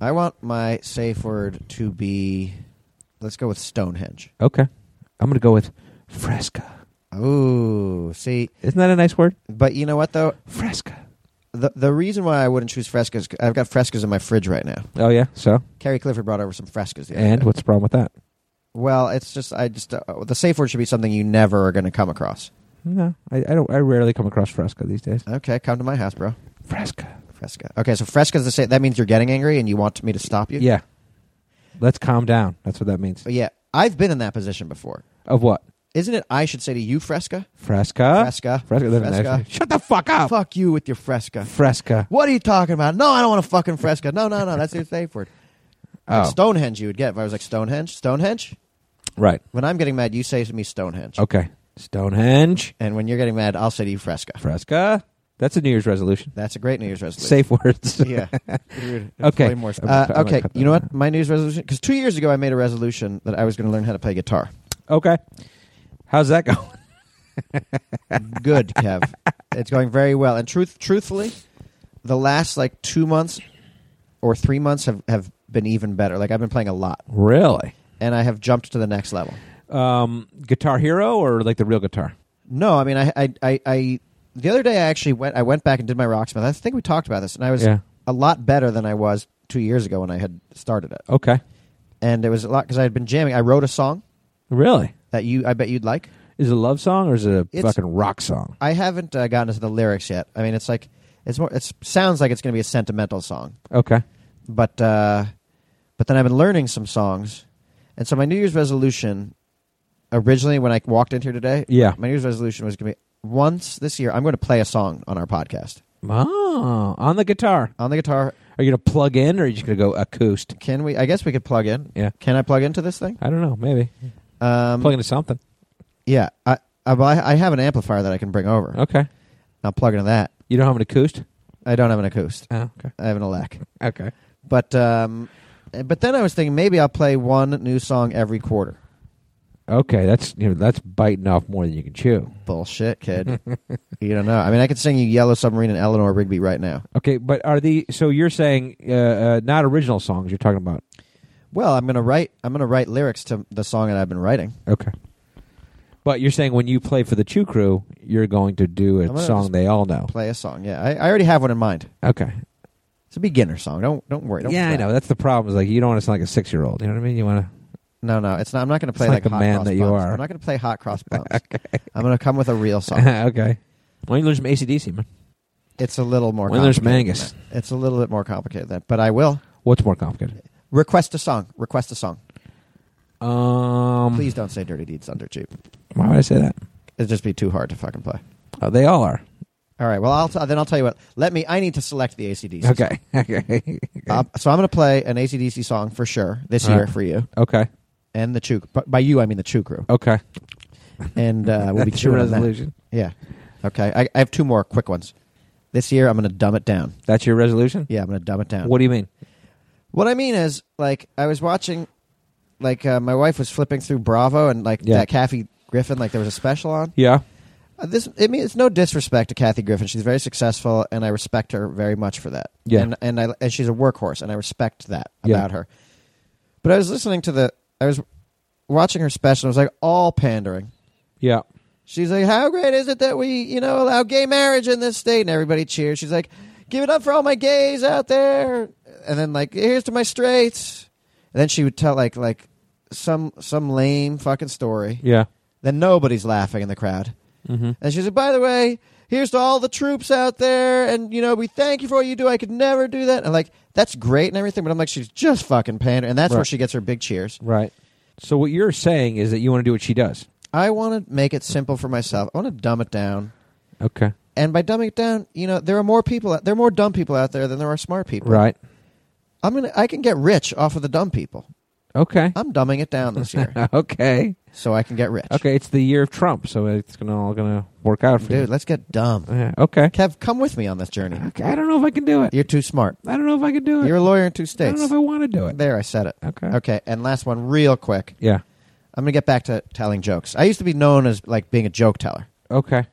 S5: I want my safe word to be. Let's go with Stonehenge.
S4: Okay. I'm gonna go with fresca.
S5: Ooh, see,
S4: Isn't that a nice word?
S5: but you know what though?
S4: Fresca.
S5: The the reason why I wouldn't choose frescas, I've got frescas in my fridge right now.
S4: Oh yeah. So
S5: Carrie Clifford brought over some frescas. The other
S4: and
S5: day.
S4: what's the problem with that?
S5: Well, it's just I just uh, the safe word should be something you never are going to come across.
S4: No, I, I don't. I rarely come across fresca these days.
S5: Okay, come to my house, bro.
S4: Fresca.
S5: Fresca. Okay, so fresca's the same. That means you're getting angry and you want me to stop you.
S4: Yeah. Let's calm down. That's what that means.
S5: But yeah, I've been in that position before.
S4: Of what?
S5: Isn't it? I should say to you, fresca.
S4: Fresca.
S5: Fresca.
S4: Fresca. That's
S5: Fresca.
S4: nice. Shut the fuck up.
S5: Fuck you with your fresca.
S4: Fresca.
S5: What are you talking about? No, I don't want a fucking fresca. No, no, no. That's your safe word. Like
S4: Oh.
S5: Stonehenge, you would get if I was like Stonehenge. Stonehenge.
S4: Right.
S5: When I'm getting mad, you say to me Stonehenge.
S4: Okay. Stonehenge.
S5: And when you're getting mad, I'll say to you fresca.
S4: Fresca. That's a New Year's resolution.
S5: That's a great New Year's resolution.
S4: Safe words.
S5: [LAUGHS] yeah.
S4: Okay.
S5: Way more
S4: I'm
S5: stuff.
S4: gonna cut-
S5: Uh,
S4: I'm gonna
S5: okay.
S4: cut that
S5: You know
S4: out.
S5: what? My New Year's resolution because two years ago I made a resolution that I was going to learn how to play guitar.
S4: [LAUGHS] Okay. How's that going?
S5: [LAUGHS] Good, Kev. It's going very well. And truth, truthfully, the last like two months or three months have have been even better. Like I've been playing a lot,
S4: Really?
S5: and I have jumped to the next level.
S4: Um, guitar Hero or like the real guitar?
S5: No, I mean I I I. I the other day, I actually went. I went back and did my rocksmith. I think we talked about this, and I was
S4: Yeah.
S5: a lot better than I was two years ago when I had started it.
S4: Okay.
S5: And it was a lot because I had been jamming. I wrote a song
S4: Really?
S5: that you, I bet you'd like.
S4: Is it a love song or is it a
S5: It's-
S4: fucking rock song?
S5: I haven't uh, gotten into the lyrics yet. I mean, it's like it's more. It sounds like it's going to be a sentimental song,
S4: Okay.
S5: but uh, but then I've been learning some songs, and so my New Year's resolution, originally when I walked in here today,
S4: Yeah.
S5: my New Year's resolution was going to be once this year I'm going to play a song on our podcast
S4: Oh, on the guitar.
S5: on the guitar.
S4: Are you gonna plug in or are you just gonna go acoustic?
S5: Can we? I guess we could plug in.
S4: Yeah.
S5: Can I plug into this thing?
S4: I don't know. Maybe
S5: Um,
S4: plug into something.
S5: Yeah. I, I well, I I have an amplifier that I can bring over.
S4: Okay.
S5: I'll plug into that.
S4: You don't have an acoustic?
S5: I don't have an acoust.
S4: Oh, okay.
S5: I have an elec.
S4: Okay.
S5: But um, but then I was thinking maybe I'll play one new song every quarter.
S4: Okay, that's you know, that's biting off more than you can chew. [LAUGHS]
S5: Bullshit, kid. you don't know. I mean, I could sing you Yellow Submarine and Eleanor Rigby right now.
S4: Okay, but are the so you're saying uh, uh, not original songs? You're talking about
S5: Well, I'm gonna write. I'm gonna write lyrics to the song that I've been writing.
S4: okay, but you're saying when you play for the Chew Crew, you're going to do
S5: I'm
S4: a
S5: gonna
S4: song
S5: just
S4: they all know.
S5: Play a song. Yeah, I, I already have one in mind.
S4: Okay,
S5: It's a beginner song. Don't don't worry. Don't
S4: yeah, I
S5: fret.
S4: know. That's the problem. Is like you don't want to sound like a six year old. You know what I mean? You want to.
S5: No, no, it's not. I'm not gonna play
S4: like the
S5: hot
S4: man
S5: cross
S4: that you
S5: Buns.
S4: are.
S5: I'm not gonna play
S4: [LAUGHS]
S5: hot cross bumps. I'm gonna come with a real song.
S4: okay. Why don't you learn some ACDC, man?
S5: It's a little more.
S4: Well, there's
S5: complicated
S4: Mangus.
S5: than that. It's a little bit more complicated than that, but I will
S4: What's more complicated?
S5: request a song. Request a song.
S4: Um,
S5: Please don't say "Dirty Deeds Under Cheap."
S4: Why would I say that?
S5: It'd just be too hard to fucking play.
S4: Oh, they all are.
S5: All right. Well, I'll t- then I'll tell you what. Let me. I need to select the ACDC. song.
S4: Okay. [LAUGHS] Okay.
S5: Uh, so I'm going to play an ACDC song for sure this
S4: All
S5: year
S4: right.
S5: for you
S4: okay.
S5: and the Chu. But by you, I mean the Chu crew.
S4: Okay.
S5: And uh, we'll
S4: Oh. [LAUGHS]
S5: be
S4: That's your
S5: chewing on that.
S4: resolution.
S5: Yeah. Okay. I, I have two more quick ones. This year, I'm going to dumb it down.
S4: That's your resolution.
S5: Yeah, I'm going to dumb it down.
S4: What do you mean?
S5: What I mean is, like, I was watching, like, uh, my wife was flipping through Bravo and, like,
S4: Yeah.
S5: that Kathy Griffin, like, there was a special on.
S4: Yeah.
S5: Uh, this, I mean, it's no disrespect to Kathy Griffin. She's very successful, and I respect her very much for that.
S4: Yeah.
S5: and and I and she's a workhorse, and I respect that
S4: Yeah.
S5: about her. But I was listening to the, I was watching her special. and It was like all pandering.
S4: Yeah.
S5: She's like, "How great is it that we, you know, allow gay marriage in this state?" And everybody cheers. She's like, "Give it up for all my gays out there!" And then like, "Here's to my straights." And then she would tell like like some some lame fucking story.
S4: Yeah.
S5: Then nobody's laughing in the crowd.
S4: Mm-hmm.
S5: And she said, "By the way, here's to all the troops out there, and you know we thank you for what you do. I could never do that." And like that's great and everything, but I'm like, she's just fucking pandering, and that's where
S4: Right.
S5: she gets her big cheers.
S4: Right. So what you're saying is that you want to do what she does.
S5: I want to make it simple for myself. I want to dumb it down,
S4: Okay.
S5: and by dumbing it down, you know there are more people. There are more dumb people out there than there are smart people.
S4: Right.
S5: I'm gonna. I can get rich off of the dumb people.
S4: Okay.
S5: I'm dumbing it down this year,
S4: [LAUGHS] okay.
S5: so I can get rich.
S4: Okay. It's the year of Trump, so it's gonna all gonna work out for
S5: dude,
S4: you.
S5: let's get dumb.
S4: Yeah. Okay.
S5: Kev, come with me on this journey.
S4: okay. I don't know if I can do it.
S5: You're too smart.
S4: I don't know if I can do it.
S5: You're a lawyer in two
S4: I don't
S5: states.
S4: know if I want to do it.
S5: There, I said it.
S4: Okay.
S5: Okay, and last one, real quick.
S4: Yeah.
S5: I'm gonna get back to telling jokes. I used to be known as like being a joke teller.
S4: Okay.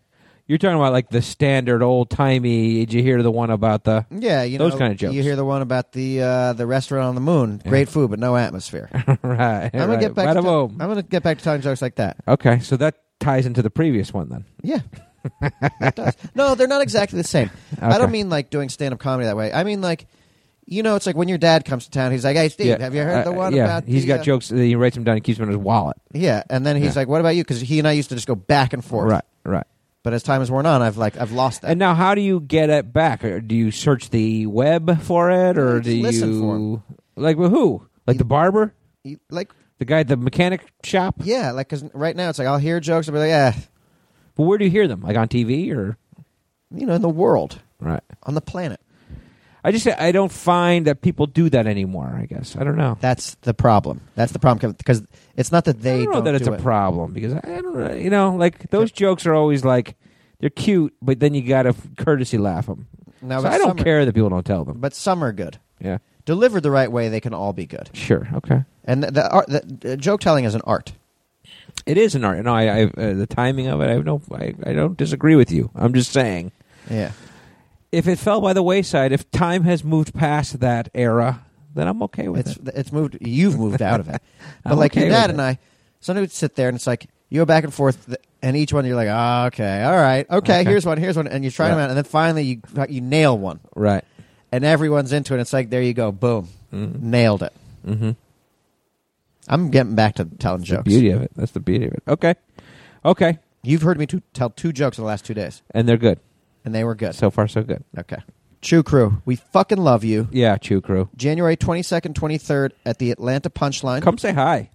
S4: You're talking about like the standard old timey. Did you hear the one about the? [LAUGHS]
S5: Yeah, you
S4: Those
S5: know,
S4: kinda jokes.
S5: You hear the one about the uh, the restaurant on the moon,
S4: Yeah.
S5: great food but no atmosphere. I'm
S4: right.
S5: gonna
S4: right.
S5: get back. To
S4: Bada
S5: tell-
S4: boom.
S5: I'm gonna get back to telling jokes like that.
S4: Okay, so that ties into the previous one then. [LAUGHS]
S5: Yeah. It does. No, they're not exactly the same. I
S4: Okay.
S5: don't mean like doing stand up comedy that way. I mean like, you know, it's like when your dad comes to town, he's like, "Hey, Steve, have you heard
S4: Uh,
S5: the one
S4: yeah.
S5: about?"
S4: He's
S5: the,
S4: got
S5: uh,
S4: jokes. That he writes them down. He keeps them in his wallet.
S5: Yeah, and then he's
S4: Yeah.
S5: like, "What about you?" Because he and I used to just go back and forth.
S4: Right, right.
S5: But as time has worn on, I've like I've lost that.
S4: And now, how do you get it back? Or do you search the web for it, or
S5: You just
S4: do
S5: listen
S4: you
S5: for
S4: like well, who? Like
S5: You-
S4: the barber,
S5: You- like
S4: the guy at the mechanic shop?
S5: Yeah, like because right now it's like I'll hear jokes, I'll be like, yeah,
S4: But where do you hear them? Like on TV or
S5: you know, in the world,
S4: right?
S5: on the planet.
S4: I just I don't find that people do that anymore. I guess I don't know.
S5: That's the problem. That's the problem because it's not that
S4: I
S5: they
S4: don't know that it's
S5: do
S4: a
S5: it.
S4: problem because I don't know. You know, like those jokes are always like they're cute, but then you got to courtesy laugh them.
S5: Now,
S4: so
S5: but
S4: I don't
S5: some are-
S4: care that people don't tell them.
S5: but some are good.
S4: Yeah.
S5: Delivered the right way, they can all be good.
S4: Sure. Okay.
S5: And the, the art, the, the uh, joke telling is an art.
S4: It is an art. No, I, I uh, the timing of it. I have no. I, I don't disagree with you. I'm just saying,
S5: Yeah,
S4: if it fell by the wayside, if time has moved past that era, then I'm okay with
S5: it's
S4: it.
S5: it's moved. You've moved
S4: [LAUGHS]
S5: out of it, but
S4: I'm
S5: like
S4: okay
S5: your dad
S4: with
S5: and
S4: it.
S5: I, sometimes would sit there and it's like you go back and forth, th- and each one you're like, oh, okay, all right, okay,
S4: Okay.
S5: here's one, here's one, and you try them
S4: Right.
S5: out, and then finally you you nail one,
S4: Right.
S5: and everyone's into it. It's like there you go, boom, nailed it.
S4: Mm-hmm.
S5: I'm getting back to telling
S4: The
S5: jokes.
S4: beauty of it. That's the beauty of it. Okay. Okay.
S5: You've heard me two, tell two jokes in the last two days,
S4: And they're good.
S5: and they were good.
S4: So far, so good.
S5: Okay. Chew Crew, we fucking love you.
S4: Yeah. Chew crew.
S5: January 22nd, 23rd at the Atlanta Punchline.
S4: Come say hi.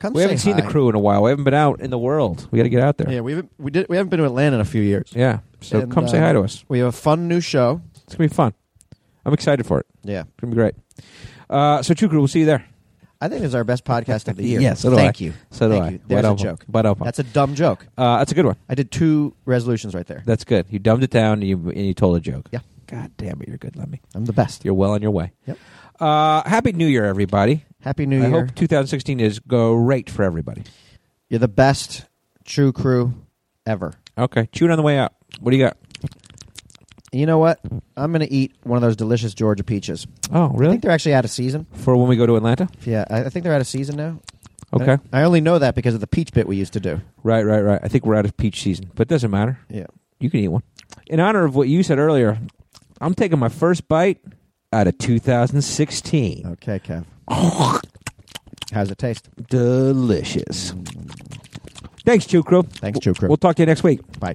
S5: Come
S4: we
S5: say
S4: haven't seen the
S5: hi.
S4: crew in a while. We haven't been out in the world. We got to get out there.
S5: Yeah, we haven't, we, did, we haven't been to Atlanta in a few years.
S4: Yeah. So
S5: And,
S4: come say
S5: uh,
S4: hi to us.
S5: We have a fun new show.
S4: It's gonna be fun. I'm excited for it.
S5: Yeah.
S4: It's gonna be great. Uh, so chew crew. We'll see you there.
S5: I think it's our best podcast of the [LAUGHS] year.
S4: Yeah, so do
S5: Thank
S4: I.
S5: you.
S4: So do
S5: Thank
S4: I.
S5: you. There's
S4: Right
S5: a
S4: up.
S5: joke.
S4: Right up.
S5: That's a dumb joke.
S4: Uh, that's a good one.
S5: I did two resolutions right there.
S4: That's good. You dumbed it down and you, and you told a joke.
S5: Yeah.
S4: God damn it, you're good, Lemmy.
S5: I'm the best.
S4: You're well on your way.
S5: Yep.
S4: Uh, happy New Year, everybody.
S5: Happy New
S4: I
S5: Year.
S4: hope 2016 is great for everybody.
S5: You're the best true crew ever.
S4: Okay, chew it on the way out. What do you got?
S5: You know what? I'm going to eat one of those delicious Georgia peaches.
S4: Oh,
S5: I
S4: really?
S5: think they're actually out of season.
S4: For when we go to Atlanta?
S5: Yeah, I, I think they're out of season now.
S4: Okay.
S5: I, I only know that because of the peach bit we used to do.
S4: Right, right, right. I think we're out of peach season, but it doesn't matter.
S5: Yeah.
S4: You can eat one. In honor of what you said earlier, I'm taking my first bite out of 2016.
S5: Okay, Kev. [LAUGHS] How's it taste?
S4: Delicious. Thanks, Chukro.
S5: Thanks, Chew Crew.
S4: We'll talk to you next week.
S5: Bye.